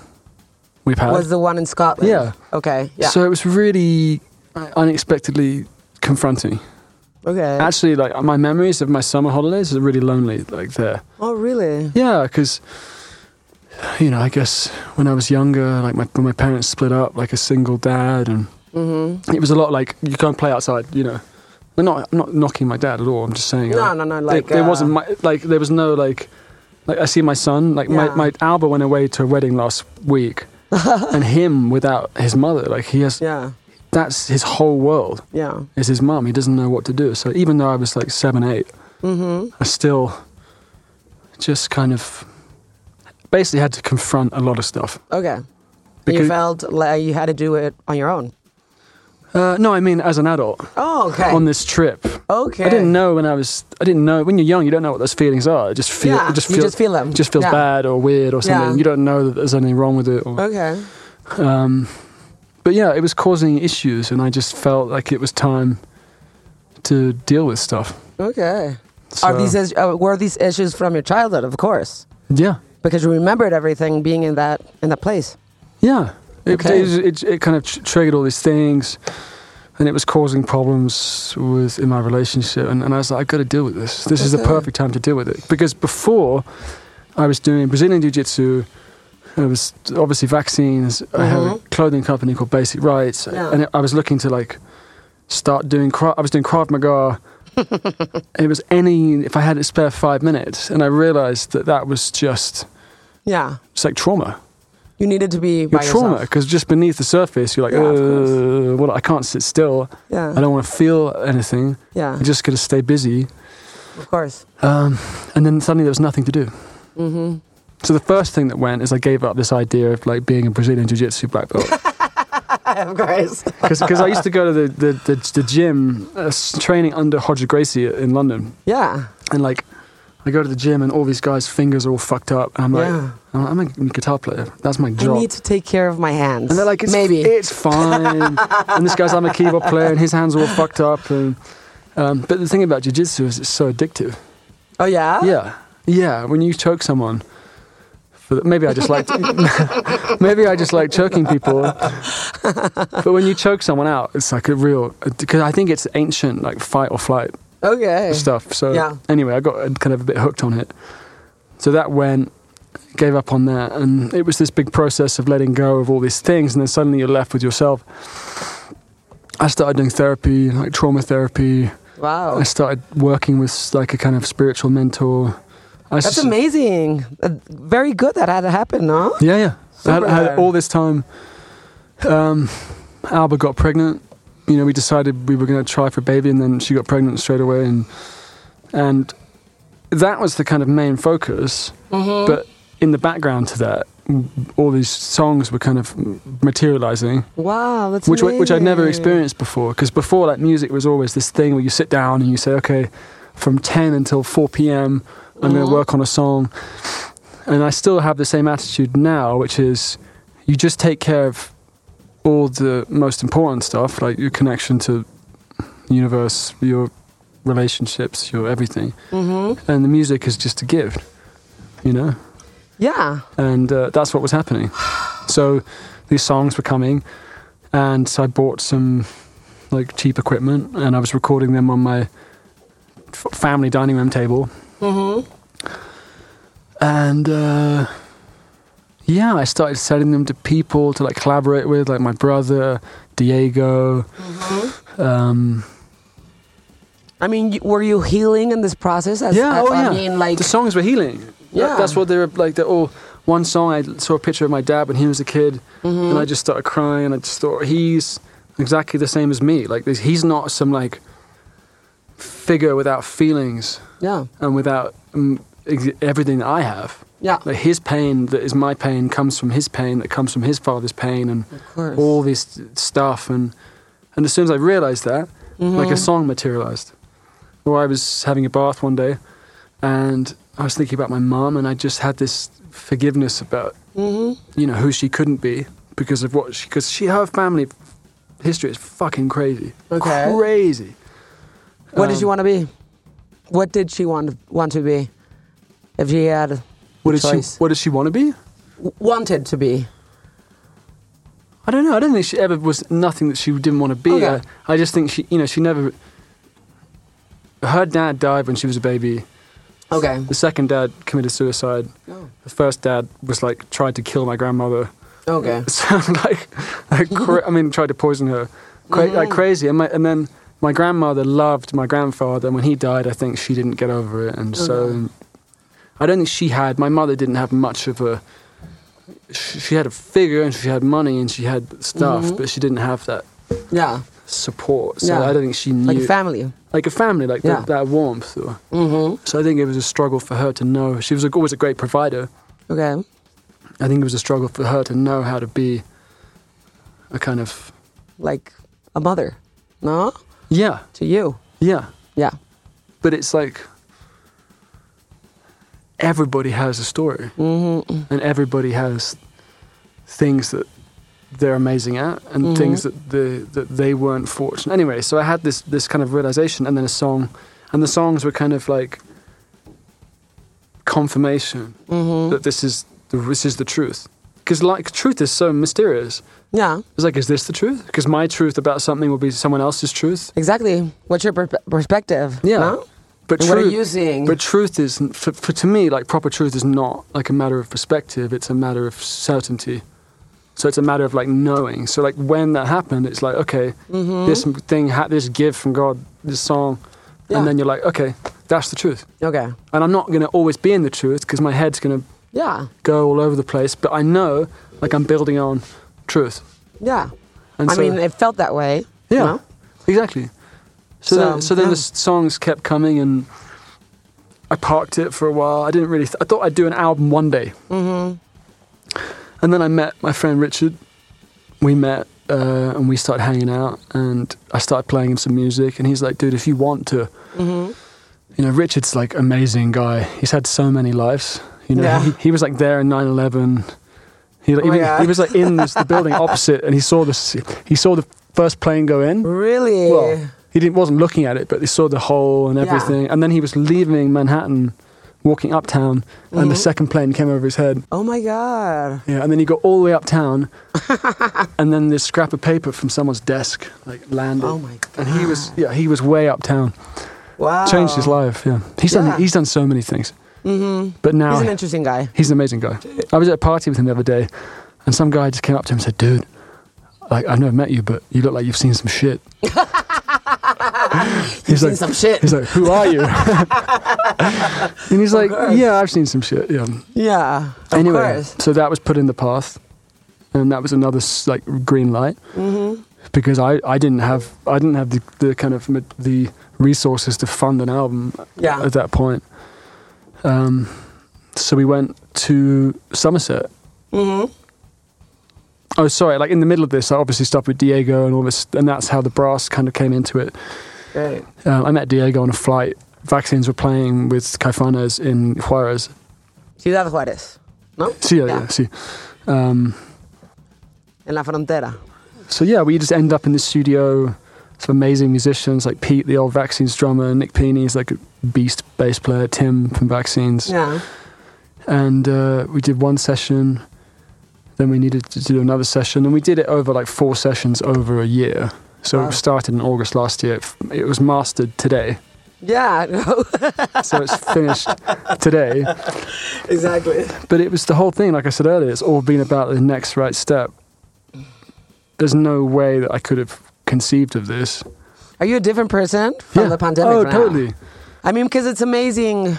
Speaker 4: we've had.
Speaker 2: Was the one in Scotland?
Speaker 4: Yeah.
Speaker 2: Okay. Yeah.
Speaker 4: So it was really uh, unexpectedly confronting.
Speaker 2: okay.
Speaker 4: Actually, like my memories of my summer holidays are really lonely. Like there,
Speaker 2: oh, really?
Speaker 4: yeah, because you know, I guess when I was younger, like my when my parents split up, like a single dad, and
Speaker 2: Mm-hmm.
Speaker 4: it was a lot like you can't play outside. You know, I'm not I'm not knocking my dad at all. I'm just saying
Speaker 2: No,
Speaker 4: like,
Speaker 2: no, no,
Speaker 4: there-
Speaker 2: like,
Speaker 4: there
Speaker 2: uh,
Speaker 4: wasn't my, like there was no like like I see my son like
Speaker 2: Yeah.
Speaker 4: my my Alba went away to a wedding last week, and him without his mother, like he has
Speaker 2: Yeah.
Speaker 4: that's his whole world
Speaker 2: Yeah.
Speaker 4: is his mum. He doesn't know what to do. So even though I was like seven, eight,
Speaker 2: Mm-hmm.
Speaker 4: I still just kind of basically had to confront a lot of stuff.
Speaker 2: Okay. And you
Speaker 4: Because-
Speaker 2: felt like you had to do it on your own.
Speaker 4: Uh, no, I mean as an adult
Speaker 2: Oh, okay.
Speaker 4: on this trip.
Speaker 2: okay.
Speaker 4: I didn't know when I was. I didn't know when you're young. You don't know what those feelings are. It just feel.
Speaker 2: Yeah,
Speaker 4: it just
Speaker 2: you
Speaker 4: feel,
Speaker 2: just feel 'em.
Speaker 4: Just feels
Speaker 2: Yeah.
Speaker 4: bad or weird or something.
Speaker 2: Yeah. Oh.
Speaker 4: You don't know that there's anything wrong with it. Or,
Speaker 2: Okay.
Speaker 4: um, but yeah, it was causing issues, and I just felt like it was time to deal with stuff.
Speaker 2: Okay.
Speaker 4: So-
Speaker 2: Are these is- uh, were these issues from your childhood? Of course,
Speaker 4: Yeah.
Speaker 2: because you remembered everything being in that in that place.
Speaker 4: Yeah. It,
Speaker 2: Okay.
Speaker 4: it, it, it kind of tr- triggered all these things and it was causing problems with in my relationship. And, and I was like, I've got to deal with this. This is the
Speaker 2: Okay.
Speaker 4: perfect time to deal with it. Because before I was doing Brazilian Jiu Jitsu And it was obviously vaccines. I had a
Speaker 2: Mhm.
Speaker 4: clothing company called Basic Rights,
Speaker 2: Yeah.
Speaker 4: and I was looking to like start doing. Krav, I was doing Krav Maga. and it was any if I had a spare five minutes, and I realized that that was just
Speaker 2: Yeah.
Speaker 4: it's like trauma.
Speaker 2: You needed to be
Speaker 4: Your
Speaker 2: by
Speaker 4: trauma,
Speaker 2: yourself.
Speaker 4: because just beneath the surface, you're like,
Speaker 2: Yeah, of course.
Speaker 4: "Uh, well, I can't sit still.
Speaker 2: Yeah.
Speaker 4: I don't want to feel anything.
Speaker 2: yeah.
Speaker 4: I'm just gonna stay busy.
Speaker 2: of course.
Speaker 4: Um, and then suddenly there was nothing to do. Mm-hmm. So the first thing that went is I gave up this idea of like being a Brazilian jiu-jitsu black belt
Speaker 2: of course.
Speaker 4: because I used to go to the the, the, the gym uh, s- training under Hodge Gracie in London
Speaker 2: Yeah.
Speaker 4: and like I go to the gym and all these guys' fingers are all fucked up and I'm like
Speaker 2: Yeah.
Speaker 4: I'm, I'm a guitar player that's my
Speaker 2: I
Speaker 4: job
Speaker 2: need to take care of my hands.
Speaker 4: and they're like it's,
Speaker 2: maybe.
Speaker 4: it's fine and this guy's I'm a keyboard player and his hands are all fucked up and um, but the thing about jiu-jitsu is it's so addictive
Speaker 2: oh yeah.
Speaker 4: Yeah, yeah. When you choke someone, for the, maybe I just like maybe I just like choking people. But when you choke someone out, it's like a real because I think it's ancient like fight or flight
Speaker 2: Okay.
Speaker 4: stuff. So
Speaker 2: Yeah.
Speaker 4: anyway, I got uh, kind of a bit hooked on it. So that went, gave up on that, and it was this big process of letting go of all these things, and then suddenly you're left with yourself. I started doing therapy, like trauma therapy.
Speaker 2: Wow.
Speaker 4: I started working with like a kind of spiritual mentor. I
Speaker 2: That's
Speaker 4: s-
Speaker 2: amazing. Uh, Very good that had happened, no?
Speaker 4: Yeah, yeah. I had, I had
Speaker 2: Superman.
Speaker 4: all this time. Um, Alba got pregnant. You know, we decided we were going to try for a baby, and then she got pregnant straight away, and and that was the kind of main focus. But in the background to that, m- all these songs were kind of materializing,
Speaker 2: Wow, that's
Speaker 4: which wa- which I'd never
Speaker 2: amazing.
Speaker 4: experienced before. Because before, like music was always this thing where you sit down and you say, okay, from ten until four p.m., I'm going to work on a song. And I still have the same attitude now, which is you just take care of all the most important stuff, like your connection to the universe, your relationships, your everything. Mm-hmm. And the music is just a gift, you know?
Speaker 2: Yeah.
Speaker 4: and uh, that's what was happening. So these songs were coming, and so I bought some like cheap equipment, and I was recording them on my f- family dining room table. Mm-hmm. And uh, yeah, I started selling them to people to like collaborate with, like my brother Diego. Um,
Speaker 2: I mean, y- were you healing in this process? As,
Speaker 4: yeah,
Speaker 2: as-
Speaker 4: oh yeah.
Speaker 2: I mean, like,
Speaker 4: the songs were healing. That-
Speaker 2: Yeah.
Speaker 4: that's what they were like. They're all one song. I saw a picture of my dad when he was a kid, and I just started crying. I just thought he's exactly the same as me. Like this- he's not some like figure without feelings
Speaker 2: yeah,
Speaker 4: and without um, ex- everything that I have.
Speaker 2: yeah,
Speaker 4: Like his pain that is my pain comes from his pain that comes from his father's pain and
Speaker 2: of course.
Speaker 4: all this stuff and and as soon as I realized that, like
Speaker 2: Mm-hmm.
Speaker 4: a song materialized. Or I was having a bath one day and I was thinking about my mom and I just had this forgiveness about
Speaker 2: Mm-hmm.
Speaker 4: you know who she couldn't be because of what she because she her family history is fucking crazy.
Speaker 2: Okay.
Speaker 4: Crazy.
Speaker 2: what did you
Speaker 4: um,
Speaker 2: want to be? What did she want want to be? If she had
Speaker 4: What did
Speaker 2: choice.
Speaker 4: she what did she want to be?
Speaker 2: w- wanted to be,
Speaker 4: I don't know. I don't think she ever was nothing that she didn't want to be.
Speaker 2: Okay.
Speaker 4: I, I just think she, you know, she never. Her dad died when she was a baby.
Speaker 2: okay,
Speaker 4: The second dad committed suicide.
Speaker 2: Oh.
Speaker 4: The first dad was like tried to kill my grandmother.
Speaker 2: okay,
Speaker 4: So like, like cra- I mean, tried to poison her, Cra- like
Speaker 2: Mm-hmm.
Speaker 4: crazy. And, my, and then my grandmother loved my grandfather. And when he died, I think she didn't get over it. And
Speaker 2: Mm-hmm.
Speaker 4: so I don't think she had. My mother didn't have much of a. sh- She had a figure and she had money and she had stuff, but she didn't have that
Speaker 2: yeah,
Speaker 4: support. So
Speaker 2: Mm-hmm. Yeah.
Speaker 4: I don't think she knew
Speaker 2: like family.
Speaker 4: like a family, like
Speaker 2: Yeah.
Speaker 4: that, that warmth. Or, So I think it was a struggle for her to know. She was a, always a great provider.
Speaker 2: Okay,
Speaker 4: I think it was a struggle for her to know how to be a kind of
Speaker 2: like a mother, no?
Speaker 4: yeah,
Speaker 2: To you,
Speaker 4: yeah.
Speaker 2: yeah,
Speaker 4: But it's like everybody has a story, mm-hmm. and everybody has things that they're amazing at, and things that the that they weren't fortunate. Anyway, so I had this this kind of realization, and then a song, and the songs were kind of like confirmation that this is the, this is the truth. Because like truth is so mysterious.
Speaker 2: yeah,
Speaker 4: It's like, is this the truth? Because my truth about something will be someone else's truth.
Speaker 2: exactly. What's your per- perspective?
Speaker 4: Yeah.
Speaker 2: no?
Speaker 4: But
Speaker 2: What
Speaker 4: truth,
Speaker 2: are you seeing?
Speaker 4: But truth is, for, for to me, like proper truth is not like a matter of perspective. It's a matter of certainty. So it's a matter of like knowing. So like when that happened, it's like okay,
Speaker 2: Mm-hmm.
Speaker 4: this thing had this gift from God, this song,
Speaker 2: Yeah.
Speaker 4: and then you're like, okay, that's the truth.
Speaker 2: Okay.
Speaker 4: And I'm not gonna always be in the truth because my head's gonna
Speaker 2: Yeah.
Speaker 4: go all over the place. But I know, like I'm building on truth.
Speaker 2: Yeah.
Speaker 4: And
Speaker 2: I
Speaker 4: so-
Speaker 2: mean, it felt that way. you
Speaker 4: Yeah,
Speaker 2: know?
Speaker 4: exactly.
Speaker 2: So,
Speaker 4: So, then, so then
Speaker 2: yeah.
Speaker 4: the s- songs kept coming, and I parked it for a while. I didn't really. Th- I thought I'd do an album one day, mm-hmm. and then I met my friend Richard. We met uh, and we started hanging out, and I started playing him some music, and he's like, "Dude, if you want to."
Speaker 2: Mm-hmm.
Speaker 4: You know, Richard's like amazing guy. He's had so many lives. You know,
Speaker 2: Yeah. Oh
Speaker 4: he, he was like there in 9/11. He, like,
Speaker 2: my
Speaker 4: even-
Speaker 2: God.
Speaker 4: he was like in this, the building opposite, and he saw this. He saw the first plane go in.
Speaker 2: Really?
Speaker 4: Well, he didn't, wasn't looking at it, but he saw the hole and
Speaker 2: Yeah.
Speaker 4: everything. And then he was leaving Manhattan, walking uptown, and
Speaker 2: Mm-hmm.
Speaker 4: the second plane came over his head.
Speaker 2: oh my God.
Speaker 4: Yeah, and then he got all the way uptown, and then this scrap of paper from someone's desk like landed.
Speaker 2: Oh my
Speaker 4: And he was yeah, he was way uptown.
Speaker 2: Wow.
Speaker 4: Changed his life. Yeah, he's
Speaker 2: Oh. Yeah.
Speaker 4: done he's done so many things. Mm-hmm. But now
Speaker 2: He's an interesting guy.
Speaker 4: He's an amazing guy. I was at a party with him the other day, and some guy just came up to him and said, "Dude, like I've never met you, but you look like you've seen some shit." he's
Speaker 2: seen some shit.
Speaker 4: He's like, "Who are you?" and he's like, "Yeah, I've seen some shit." Yeah.
Speaker 2: Yeah. Of
Speaker 4: anyway,
Speaker 2: course.
Speaker 4: so that was put in the path, and that was another s- like green light
Speaker 2: Mm-hmm.
Speaker 4: because I, I didn't have I didn't have the, the kind of ma- the resources to fund an album
Speaker 2: Yeah.
Speaker 4: at that point. Um, so we went to Somerset. Mm-hmm. Oh, sorry. Like in the middle of this, I obviously stuff with Diego and all this, and that's how the brass kind of came into it.
Speaker 2: Great.
Speaker 4: Um, I met Diego on a flight. Vaccines were playing with Caifanes in Juarez.
Speaker 2: Ciudad Juárez. ¿No?
Speaker 4: See, yeah,
Speaker 2: Yeah.
Speaker 4: yeah, see. Um,
Speaker 2: En la frontera.
Speaker 4: so yeah, we just end up in the studio. Some amazing musicians like Pete, the old Vaccines drummer, Nick Peeney is like a beast bass player, Tim from Vaccines,
Speaker 2: Yeah.
Speaker 4: and uh, we did one session. Then we needed to do another session, and we did it over like four sessions over a year. So
Speaker 2: Wow.
Speaker 4: it started in August last year. It f- It was mastered today,
Speaker 2: Yeah. no,
Speaker 4: so it's finished today.
Speaker 2: exactly.
Speaker 4: But it was the whole thing, like I said earlier, it's all been about the next right step. There's no way that I could have conceived of this
Speaker 2: Are you a different person from the pandemic?
Speaker 4: Oh,
Speaker 2: right now?
Speaker 4: totally.
Speaker 2: I mean, because it's amazing.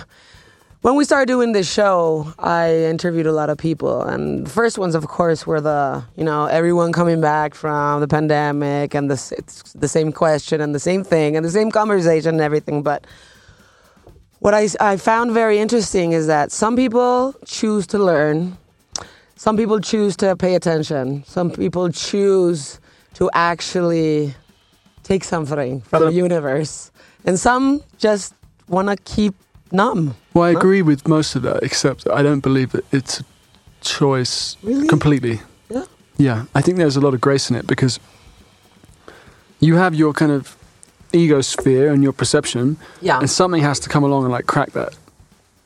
Speaker 2: When we started doing this show, I interviewed a lot of people, and the first ones, of course, were the you know everyone coming back from the pandemic, and the s- it's the same question and the same thing and the same conversation and everything. But what I s- I found very interesting is that some people choose to learn, some people choose to pay attention, some people choose to actually take something from the universe, and some just want to keep numb.
Speaker 4: Well, I agree with most of that, except I don't believe that it's a choice
Speaker 2: Really?
Speaker 4: completely.
Speaker 2: Yeah.
Speaker 4: Yeah, I think there's a lot of grace in it because you have your kind of ego sphere and your perception,
Speaker 2: Yeah.
Speaker 4: and something has to come along and like crack that.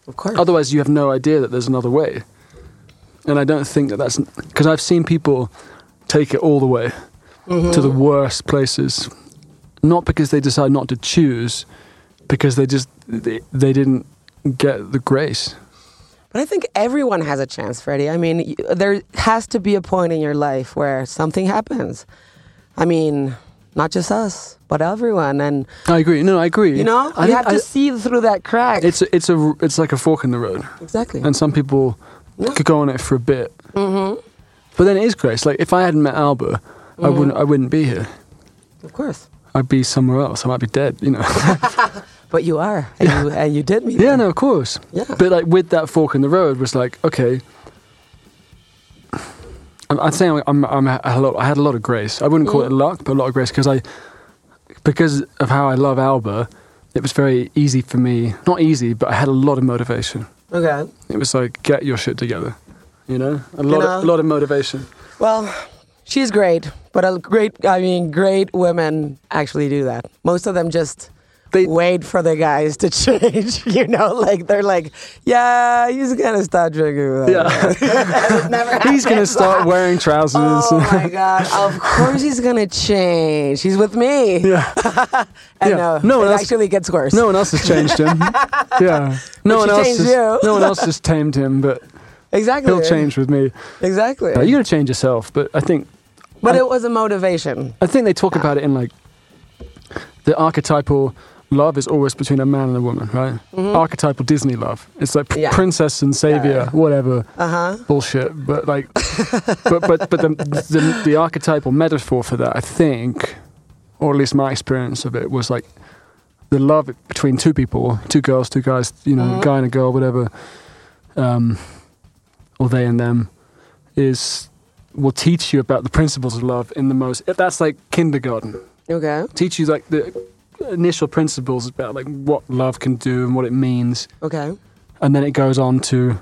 Speaker 2: Of course.
Speaker 4: Otherwise, you have no idea that there's another way. And I don't think that that's because I've seen people take it all the way
Speaker 2: Mm-hmm.
Speaker 4: to the worst places, not because they decide not to choose, because they just they, they didn't get the grace.
Speaker 2: But I think everyone has a chance, Freddie. I mean, y- there has to be a point in your life where something happens. I mean, not just us, but everyone. And,
Speaker 4: I agree. No, I agree.
Speaker 2: you know,
Speaker 4: I
Speaker 2: you
Speaker 4: think
Speaker 2: have
Speaker 4: I-
Speaker 2: to see through that crack.
Speaker 4: it's a, it's a it's like a fork in the road,
Speaker 2: exactly.
Speaker 4: and some people
Speaker 2: Yeah.
Speaker 4: could go on it for a bit. Mm-hmm. But then it is grace. Like if I hadn't met Alba, I wouldn't
Speaker 2: Mm-hmm.
Speaker 4: I wouldn't be here.
Speaker 2: of course.
Speaker 4: I'd be somewhere else. I might be dead. You know.
Speaker 2: But you are. And, you, and you did me.
Speaker 4: Yeah, no, of course.
Speaker 2: Yeah.
Speaker 4: But like with that fork in the road was like, okay. I'm- I'd say I'm, I'm, I'm a a lot, I had a lot of grace. I wouldn't call it
Speaker 2: Mm.
Speaker 4: luck, but a lot of grace because I, because of how I love Alba, it was very easy for me. Not easy, but I had a lot of motivation.
Speaker 2: Okay.
Speaker 4: It was like get your shit together, you know, a lot,
Speaker 2: know?
Speaker 4: of, a lot of motivation.
Speaker 2: Well, she's great, but a great, I mean, great women actually do that. Most of them just
Speaker 4: They-
Speaker 2: wait for the guys to change. You know, like they're like, yeah, he's gonna start drinking. With us."
Speaker 4: Yeah.
Speaker 2: It never
Speaker 4: He's going to
Speaker 2: happens.
Speaker 4: start wearing trousers.
Speaker 2: Oh my god! Of course he's gonna change. He's with me.
Speaker 4: yeah.
Speaker 2: And
Speaker 4: Yeah.
Speaker 2: no,
Speaker 4: No,
Speaker 2: it
Speaker 4: that's-
Speaker 2: actually gets worse.
Speaker 4: No one else has changed him. Yeah. No
Speaker 2: But
Speaker 4: one
Speaker 2: you
Speaker 4: else
Speaker 2: changed
Speaker 4: has,
Speaker 2: you.
Speaker 4: no one else has tamed him, but
Speaker 2: exactly.
Speaker 4: he'll change with me.
Speaker 2: Exactly.
Speaker 4: Now, you're going to change yourself, but I think
Speaker 2: but it was a motivation.
Speaker 4: I think they talk about it in like the archetypal love is always between a man and a woman, right? Archetypal Disney love. It's like p-
Speaker 2: Mm-hmm. Yeah.
Speaker 4: princess and savior, whatever
Speaker 2: Uh huh.
Speaker 4: bullshit. But like, but but but the, the the archetypal metaphor for that, I think, or at least my experience of it was like the love between two people, two girls, two guys, you know, guy and a girl, whatever, um, or they and them, is will teach you about the principles of love in the most. That's like kindergarten
Speaker 2: Okay.
Speaker 4: teach you like the initial principles about like what love can do and what it means
Speaker 2: Okay.
Speaker 4: and then it goes on to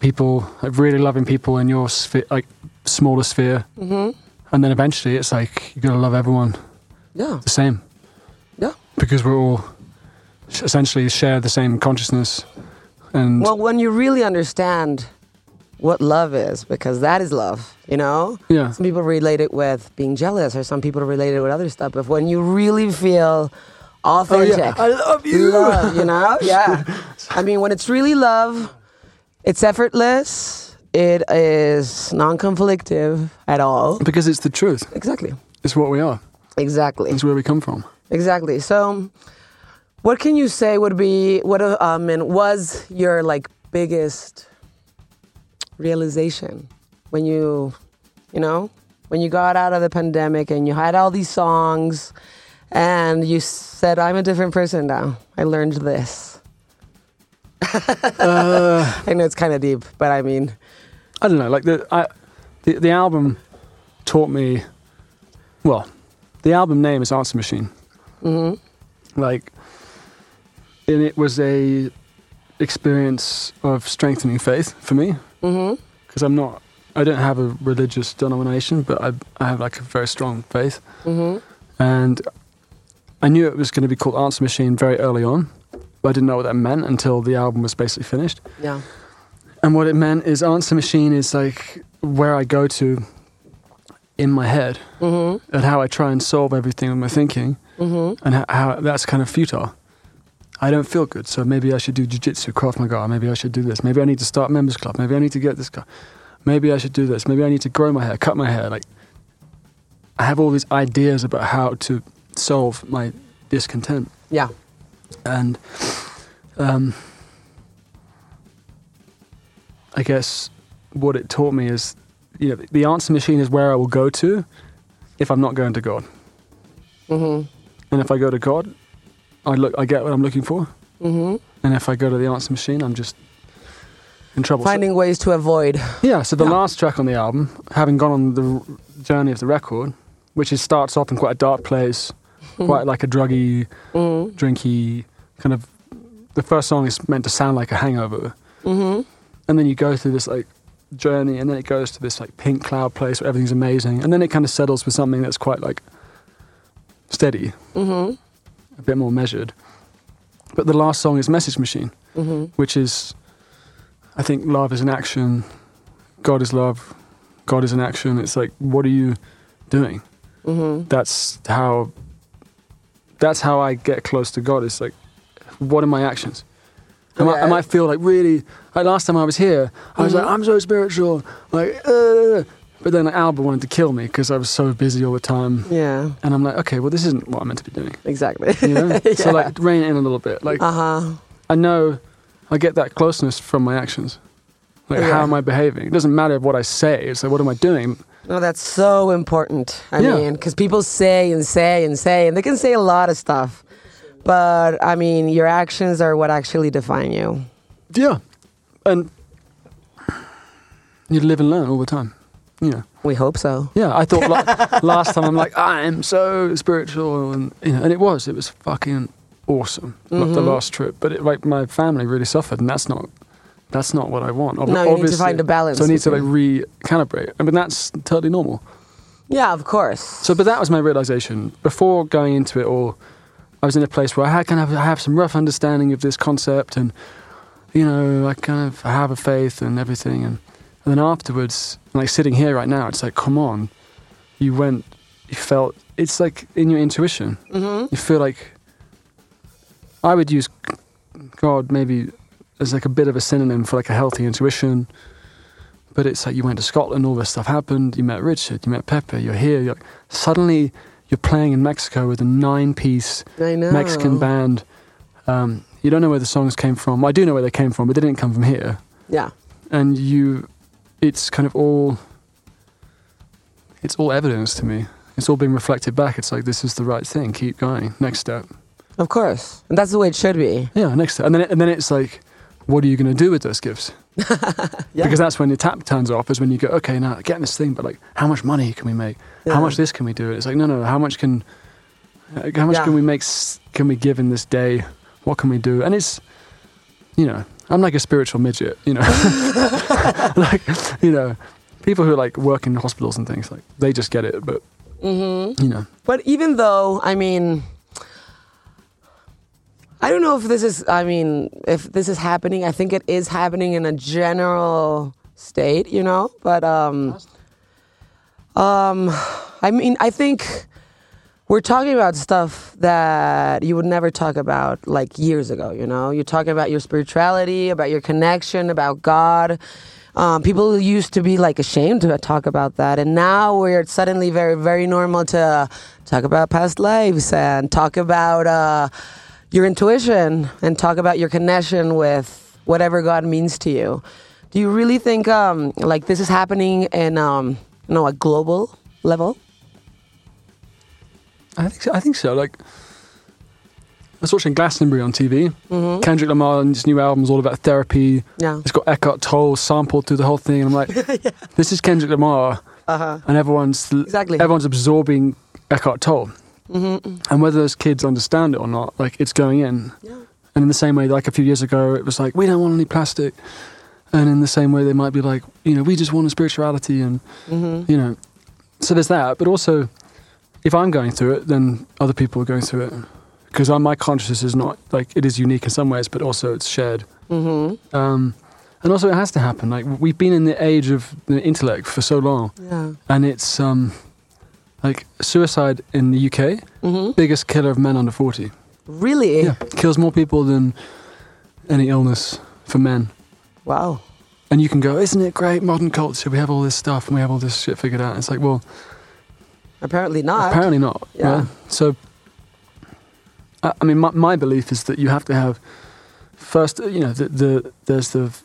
Speaker 4: people like really loving people in your sphere like smaller sphere mm-hmm. and then eventually it's like you gotta love everyone
Speaker 2: Yeah.
Speaker 4: the same
Speaker 2: Yeah.
Speaker 4: because we're all s- essentially share the same consciousness and
Speaker 2: Well, when you really understand what love is, because that is love, you know?
Speaker 4: Yeah.
Speaker 2: Some people relate it with being jealous, or some people relate it with other stuff. But when you really feel authentic,
Speaker 4: Oh, I love you.
Speaker 2: love, you know? Yeah. I mean, when it's really love, it's effortless, it is non conflictive at all.
Speaker 4: because it's the truth
Speaker 2: Exactly.
Speaker 4: it's what we are
Speaker 2: Exactly.
Speaker 4: it's where we come from
Speaker 2: Exactly. So, what can you say would be what uh, um and was your like biggest realization when you, you know, when you got out of the pandemic and you had all these songs, and you said, "I'm a different person now. I learned this."
Speaker 4: Uh.
Speaker 2: I know it's kind of deep, but I mean,
Speaker 4: I don't know. Like the I, the, the album taught me. Well, the album name is Answer Machine. Mm-hmm. Like, and it was a experience of strengthening faith for me. Mm-hmm. Because I'm not. I don't have a religious denomination, but I I have like a very strong faith. Mm-hmm. And I knew it was going to be called Answer Machine very early on, but I didn't know what that meant until the album was basically finished.
Speaker 2: yeah,
Speaker 4: And what it meant is answer machine is like where I go to in my head and how I try and solve everything with my thinking and how, how that's kind of futile. I don't feel good, so maybe I should do jujitsu, Krav Maga, maybe I should do this, maybe I need to start members club, maybe I need to get this car, maybe I should do this, maybe I need to grow my hair, cut my hair. Like, I have all these ideas about how to solve my discontent
Speaker 2: yeah,
Speaker 4: and um, I guess what it taught me is, you know, the answer machine is where I will go to if I'm not going to God, mm-hmm. and if I go to God, I look, I get what I'm looking for, mm-hmm. and if I go to the answer machine, I'm just in trouble. So-
Speaker 2: finding ways to avoid.
Speaker 4: yeah, so the
Speaker 2: Yeah.
Speaker 4: last track on the album, having gone on the r- journey of the record, which is starts off in quite a dark place, quite like a druggy, drinky kind of. The first song is meant to sound like a hangover, mm-hmm. and then you go through this like journey, and then it goes to this like pink cloud place where everything's amazing, and then it kind of settles with something that's quite like steady, mm-hmm. a bit more measured. But the last song is Message Machine, which is, I think, love is an action, God is love, God is an action. It's like, what are you doing? Mm-hmm. That's how. That's how I get close to God. It's like, what are my actions? Am I, am
Speaker 2: Okay.
Speaker 4: I feel like really? Like last time I was here, I was like, I'm so spiritual, like, uh, but then Albert wanted to kill me because I was so busy all the time,
Speaker 2: Yeah,
Speaker 4: and I'm like, okay, well, this isn't what I'm meant to be doing.
Speaker 2: exactly.
Speaker 4: You know? So like, rein it in a little bit. Like,
Speaker 2: Uh huh.
Speaker 4: I know I get that closeness from my actions. Like,
Speaker 2: Yeah.
Speaker 4: how am I behaving? It doesn't matter what I say. It's like, what am I doing?
Speaker 2: No, that's so important. I mean,
Speaker 4: Yeah.
Speaker 2: 'cause mean, because people say and say and say, and they can say a lot of stuff. But I mean, your actions are what actually define you.
Speaker 4: Yeah. And you live and learn all the time. You know.
Speaker 2: We hope so.
Speaker 4: Yeah, I thought like, last time I'm like, I am so spiritual, and you know, and it was, it was fucking awesome. Like
Speaker 2: Mm-hmm.
Speaker 4: the last trip, but it, like my family really suffered, and that's not, that's not what I want. Ob-
Speaker 2: No, you need to find a balance
Speaker 4: So I need to like
Speaker 2: between-
Speaker 4: recalibrate. I mean, that's totally normal.
Speaker 2: Yeah, of course.
Speaker 4: So, but that was my realization before going into it all. I was in a place where I had kind of I have some rough understanding of this concept, and you know, I kind of have a faith and everything, and, and then afterwards, like sitting here right now, it's like, come on, you went, you felt, it's like in your intuition,
Speaker 2: Mm-hmm.
Speaker 4: you feel like I would use God maybe as like a bit of a synonym for like a healthy intuition. But it's like you went to Scotland, all this stuff happened. You met Richard, you met Pepper, you're here. You're suddenly you're playing in Mexico with a nine-piece
Speaker 2: I know.
Speaker 4: Mexican band. Um, you don't know where the songs came from. I do know where they came from, but they didn't come from here.
Speaker 2: Yeah.
Speaker 4: And you, it's kind of all, it's all evidence to me. It's all being reflected back. It's like this is the right thing. Keep going. Next step.
Speaker 2: Of course. And that's the way it should be.
Speaker 4: Yeah, next. And then and then it's like, what are you going to do with those gifts?
Speaker 2: Yeah.
Speaker 4: Because that's when the tap turns off. Is when you go, okay, now I get this thing, but like, how much money can we make?
Speaker 2: Yeah.
Speaker 4: How much this can we do? It's like, no, no. How much can, like, how much
Speaker 2: Yeah.
Speaker 4: can we make? s- Can we give in this day? What can we do? And it's, you know, I'm like a spiritual midget. You know, like, you know, people who like work in hospitals and things like they just get it. But
Speaker 2: Mm-hmm.
Speaker 4: you know,
Speaker 2: But even though, I mean, I don't know if this is, I mean, if this is happening. I think it is happening in a general state, you know? But, um, um, I mean, I think we're talking about stuff that you would never talk about like years ago, you know? You're talking about your spirituality, about your connection, about God. Um, people used to be like ashamed to talk about that. And now we're suddenly very, very normal to talk about past lives and talk about uh, your intuition and talk about your connection with whatever God means to you. Do you really think um, like this is happening in um, you know, a global level?
Speaker 4: I think so, I think so. Like I was watching Glastonbury on TV.
Speaker 2: Mm-hmm.
Speaker 4: Kendrick Lamar and his new album's all about therapy.
Speaker 2: Yeah.
Speaker 4: It's got Eckhart Tolle sampled through the whole thing, and I'm like, this is Kendrick Lamar, and everyone's
Speaker 2: Exactly. Mm-hmm,
Speaker 4: everyone's absorbing Eckhart Tolle, and whether those kids understand it or not, like it's going in.
Speaker 2: Yeah.
Speaker 4: And in the same way, like a few years ago, it was like, we don't want any plastic. And in the same way, they might be like, you know, we just want a spirituality. And,
Speaker 2: Mm-hmm.
Speaker 4: you know, so there's that. But also, if I'm going through it, then other people are going through it. Because my consciousness is not, like, it is unique in some ways, but also it's shared. Mm-hmm. Um, and also, it has to happen. Like, we've been in the age of the intellect for so long.
Speaker 2: Yeah.
Speaker 4: And it's um, like suicide in the UK,
Speaker 2: Mm-hmm.
Speaker 4: biggest killer of men under 40.
Speaker 2: Really?
Speaker 4: Yeah, kills more people than any illness for men.
Speaker 2: Wow.
Speaker 4: And you can go, isn't it great? Modern culture, we have all this stuff and we have all this shit figured out. It's like, well,
Speaker 2: Apparently not.
Speaker 4: apparently not.
Speaker 2: Ah, Yeah.
Speaker 4: So, I, I mean, my, my belief is that you have to have first, you know, the, the there's the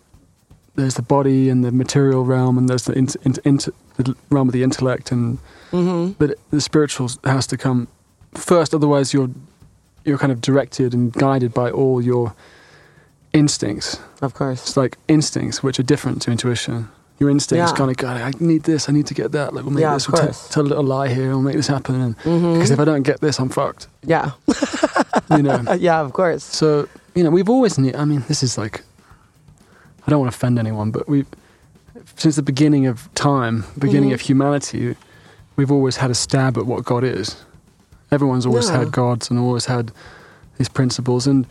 Speaker 4: there's the body and the material realm, and there's the, int, int, int, the realm of the intellect, and
Speaker 2: Mm-hmm.
Speaker 4: but the spiritual has to come first. Otherwise, you're you're kind of directed and guided by all your instincts.
Speaker 2: Of course.
Speaker 4: It's like instincts which are different to intuition. Your instincts
Speaker 2: Yeah.
Speaker 4: kind of go, I need this, I need to get that. Like, we'll make
Speaker 2: Yeah,
Speaker 4: this,
Speaker 2: of
Speaker 4: we'll t-
Speaker 2: course. Mm-hmm.
Speaker 4: tell a little lie here, we'll make this happen. And, Because if I don't get this, I'm fucked.
Speaker 2: Yeah.
Speaker 4: You know.
Speaker 2: yeah, of course.
Speaker 4: so you know, we've always knew. I mean, this is like, I don't want to offend anyone, but we, since the beginning of time, beginning of humanity, we've always had a stab at what God is. Everyone's always
Speaker 2: Yeah.
Speaker 4: had gods and always had these principles and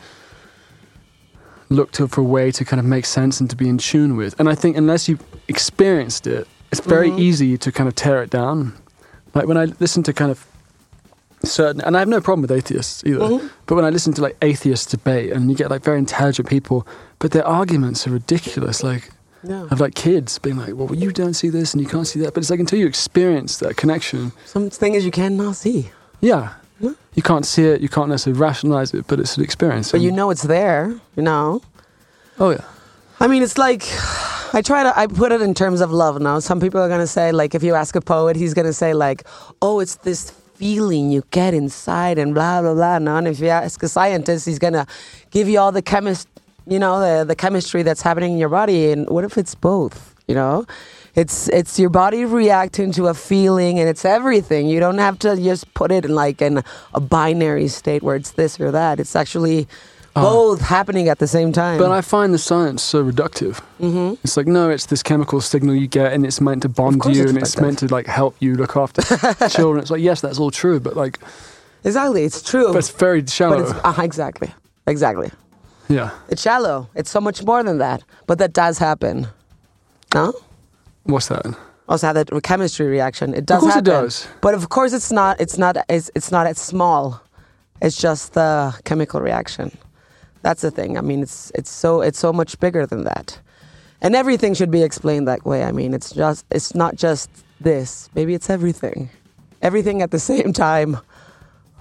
Speaker 4: looked to- for a way to kind of make sense and to be in tune with. And I think unless you've experienced it, it's very
Speaker 2: Mm-hmm.
Speaker 4: easy to kind of tear it down. Like when I listen to kind of certain, and I have no problem with atheists either,
Speaker 2: Mm-hmm.
Speaker 4: but when I listen to like atheist debate and you get like very intelligent people, but their arguments are ridiculous. Like,
Speaker 2: Yeah.
Speaker 4: of like kids being like, well, you don't see this and you can't see that. But it's like until you experience that connection,
Speaker 2: Some things you cannot see,
Speaker 4: yeah,
Speaker 2: Yeah.
Speaker 4: you can't see it, you can't necessarily rationalize it, but it's an experience.
Speaker 2: but you
Speaker 4: And-
Speaker 2: know it's there, you know?
Speaker 4: oh yeah,
Speaker 2: I mean, it's like I try to I put it in terms of love. Now, some people are gonna say like if you ask a poet, he's gonna say like, "Oh, it's this feeling you get inside," and blah blah blah. Now, and if you ask a scientist, he's gonna give you all the chemist, you know, the the chemistry that's happening in your body. And what if it's both? You know, it's it's your body reacting to a feeling, and it's everything. You don't have to just put it in like in a binary state where it's this or that. It's actually both happening at the same time.
Speaker 4: Uh. but I find the science so reductive. Mm-hmm. It's like no, it's this chemical signal you get, and it's meant to bond
Speaker 2: course
Speaker 4: you,
Speaker 2: it's
Speaker 4: and it's
Speaker 2: reductive.
Speaker 4: meant to like help you look after children. It's like yes, that's all true, but like
Speaker 2: Exactly, it's true.
Speaker 4: But it's very shallow.
Speaker 2: But it's, uh, exactly, exactly.
Speaker 4: yeah.
Speaker 2: It's shallow. It's so much more than that. But that does happen. No?
Speaker 4: What's that?
Speaker 2: Also have that chemistry reaction. It does
Speaker 4: course it
Speaker 2: happen.
Speaker 4: does.
Speaker 2: But of course it's not it's not it's, it's not as small. It's just the chemical reaction. That's the thing. I mean it's it's so it's so much bigger than that. And everything should be explained that way. I mean it's just it's not just this. Maybe it's everything. Everything at the same time.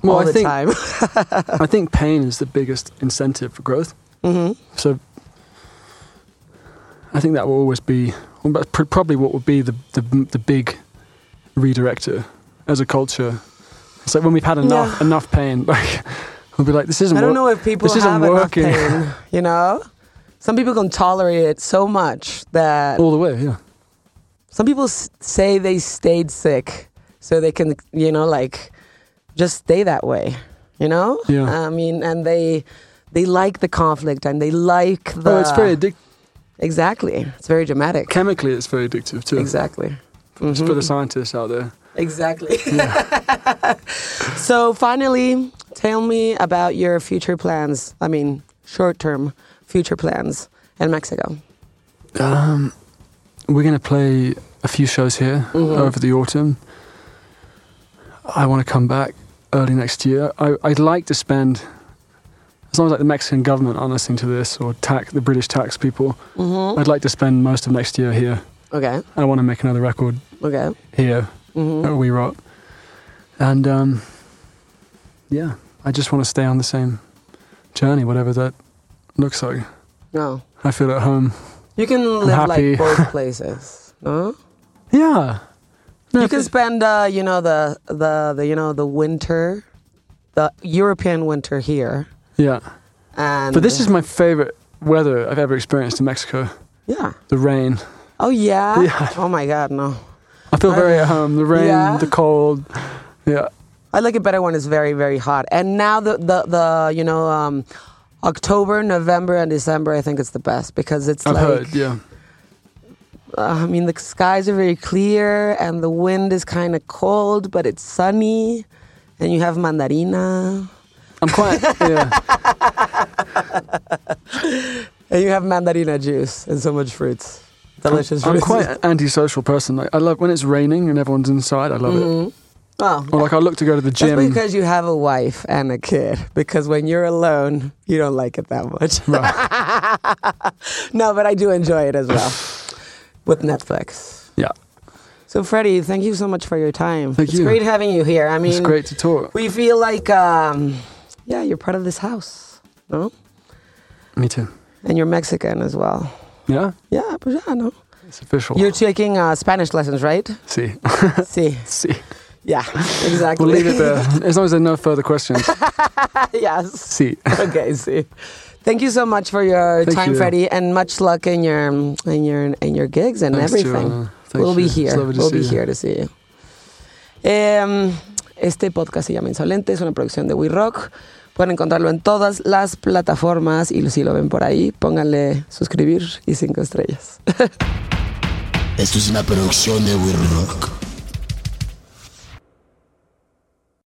Speaker 4: Well,
Speaker 2: all
Speaker 4: I
Speaker 2: the
Speaker 4: think
Speaker 2: time.
Speaker 4: I think pain is the biggest incentive for growth. Mm-hmm. So I think that will always be but pr- probably what will be the, the the big redirector as a culture. It's like when we've had enough
Speaker 2: Yeah.
Speaker 4: enough pain, like we'll be like, this isn't.
Speaker 2: I don't
Speaker 4: wor-
Speaker 2: know if people
Speaker 4: this isn't
Speaker 2: have
Speaker 4: working
Speaker 2: enough pain. You know, some people can tolerate it so much that
Speaker 4: all the way. Yeah,
Speaker 2: some people s- say they stayed sick so they can, you know, like just stay that way. You know,
Speaker 4: Yeah.
Speaker 2: I mean, and they they like the conflict and they like the.
Speaker 4: oh, it's very addic-
Speaker 2: exactly. It's very dramatic.
Speaker 4: chemically. It's very addictive too.
Speaker 2: exactly.
Speaker 4: It's for the scientists out there.
Speaker 2: Exactly. so finally, tell me about your future plans. I mean, short-term future plans in Mexico.
Speaker 4: Um, We're going to play a few shows here over the autumn. I want to come back early next year. I, I'd like to spend, as long as like the Mexican government aren't listening to this or tax the British tax people, I'd like to spend most of next year here.
Speaker 2: Okay.
Speaker 4: I want to make another record
Speaker 2: Okay.
Speaker 4: here
Speaker 2: Mm-hmm.
Speaker 4: at We Rock, and um, yeah, I just want to stay on the same journey, whatever that looks like.
Speaker 2: No.
Speaker 4: I feel at home.
Speaker 2: You can live
Speaker 4: happy.
Speaker 2: like both places. No?
Speaker 4: Yeah,
Speaker 2: you can spend uh, you know, the, the the you know, the winter the European winter here.
Speaker 4: yeah.
Speaker 2: And
Speaker 4: But this is my favorite weather I've ever experienced in Mexico.
Speaker 2: Yeah.
Speaker 4: The rain.
Speaker 2: Oh yeah?
Speaker 4: Yeah.
Speaker 2: Oh my god, no.
Speaker 4: I feel very at home. The rain,
Speaker 2: Yeah.
Speaker 4: the cold. Yeah.
Speaker 2: I like it better when it's very, very hot. And now the the, the you know, um October, November, and December, I think it's the best because it's
Speaker 4: I've
Speaker 2: like
Speaker 4: heard, yeah.
Speaker 2: uh, I mean the skies are very clear and the wind is kind of cold, but it's sunny, and you have mandarina.
Speaker 4: I'm quite yeah.
Speaker 2: And you have mandarina juice and so much fruits. Delicious
Speaker 4: I'm
Speaker 2: fruits.
Speaker 4: quite an antisocial person. Like, I love when it's raining and everyone's inside, I love it.
Speaker 2: Oh,
Speaker 4: Or like I look to go to the
Speaker 2: that's
Speaker 4: gym.
Speaker 2: because you have a wife and a kid. Because when you're alone, you don't like it that much. no, but I do enjoy it as well with Netflix.
Speaker 4: Yeah.
Speaker 2: So, Freddie, thank you so much for your time.
Speaker 4: Thank
Speaker 2: it's
Speaker 4: you.
Speaker 2: great having you here. I mean,
Speaker 4: It's great to talk.
Speaker 2: we feel like, um, yeah, you're part of this house, no?
Speaker 4: Me too.
Speaker 2: And you're Mexican as well.
Speaker 4: Yeah?
Speaker 2: Yeah, but yeah, no.
Speaker 4: It's official.
Speaker 2: You're taking uh, Spanish lessons, right?
Speaker 4: See.
Speaker 2: See,
Speaker 4: See.
Speaker 2: yeah, exactly.
Speaker 4: We'll leave it there. As long as there are no further questions.
Speaker 2: yes.
Speaker 4: See.
Speaker 2: okay, see. Thank you so much for your
Speaker 4: Thank
Speaker 2: time,
Speaker 4: you.
Speaker 2: Freddie, and much luck in your in your in your gigs and
Speaker 4: Thanks,
Speaker 2: everything.
Speaker 4: Joanna. Thank
Speaker 2: We'll be
Speaker 4: you. It's
Speaker 2: here.
Speaker 4: lovely to
Speaker 2: We'll be
Speaker 4: see you.
Speaker 2: here to see you. Em, este podcast se llama Insolente, es una producción de We Rock. Pueden encontrarlo en todas las plataformas y si lo ven por ahí, pónganle suscribir y cinco estrellas.
Speaker 1: Esto es una producción de We Rock.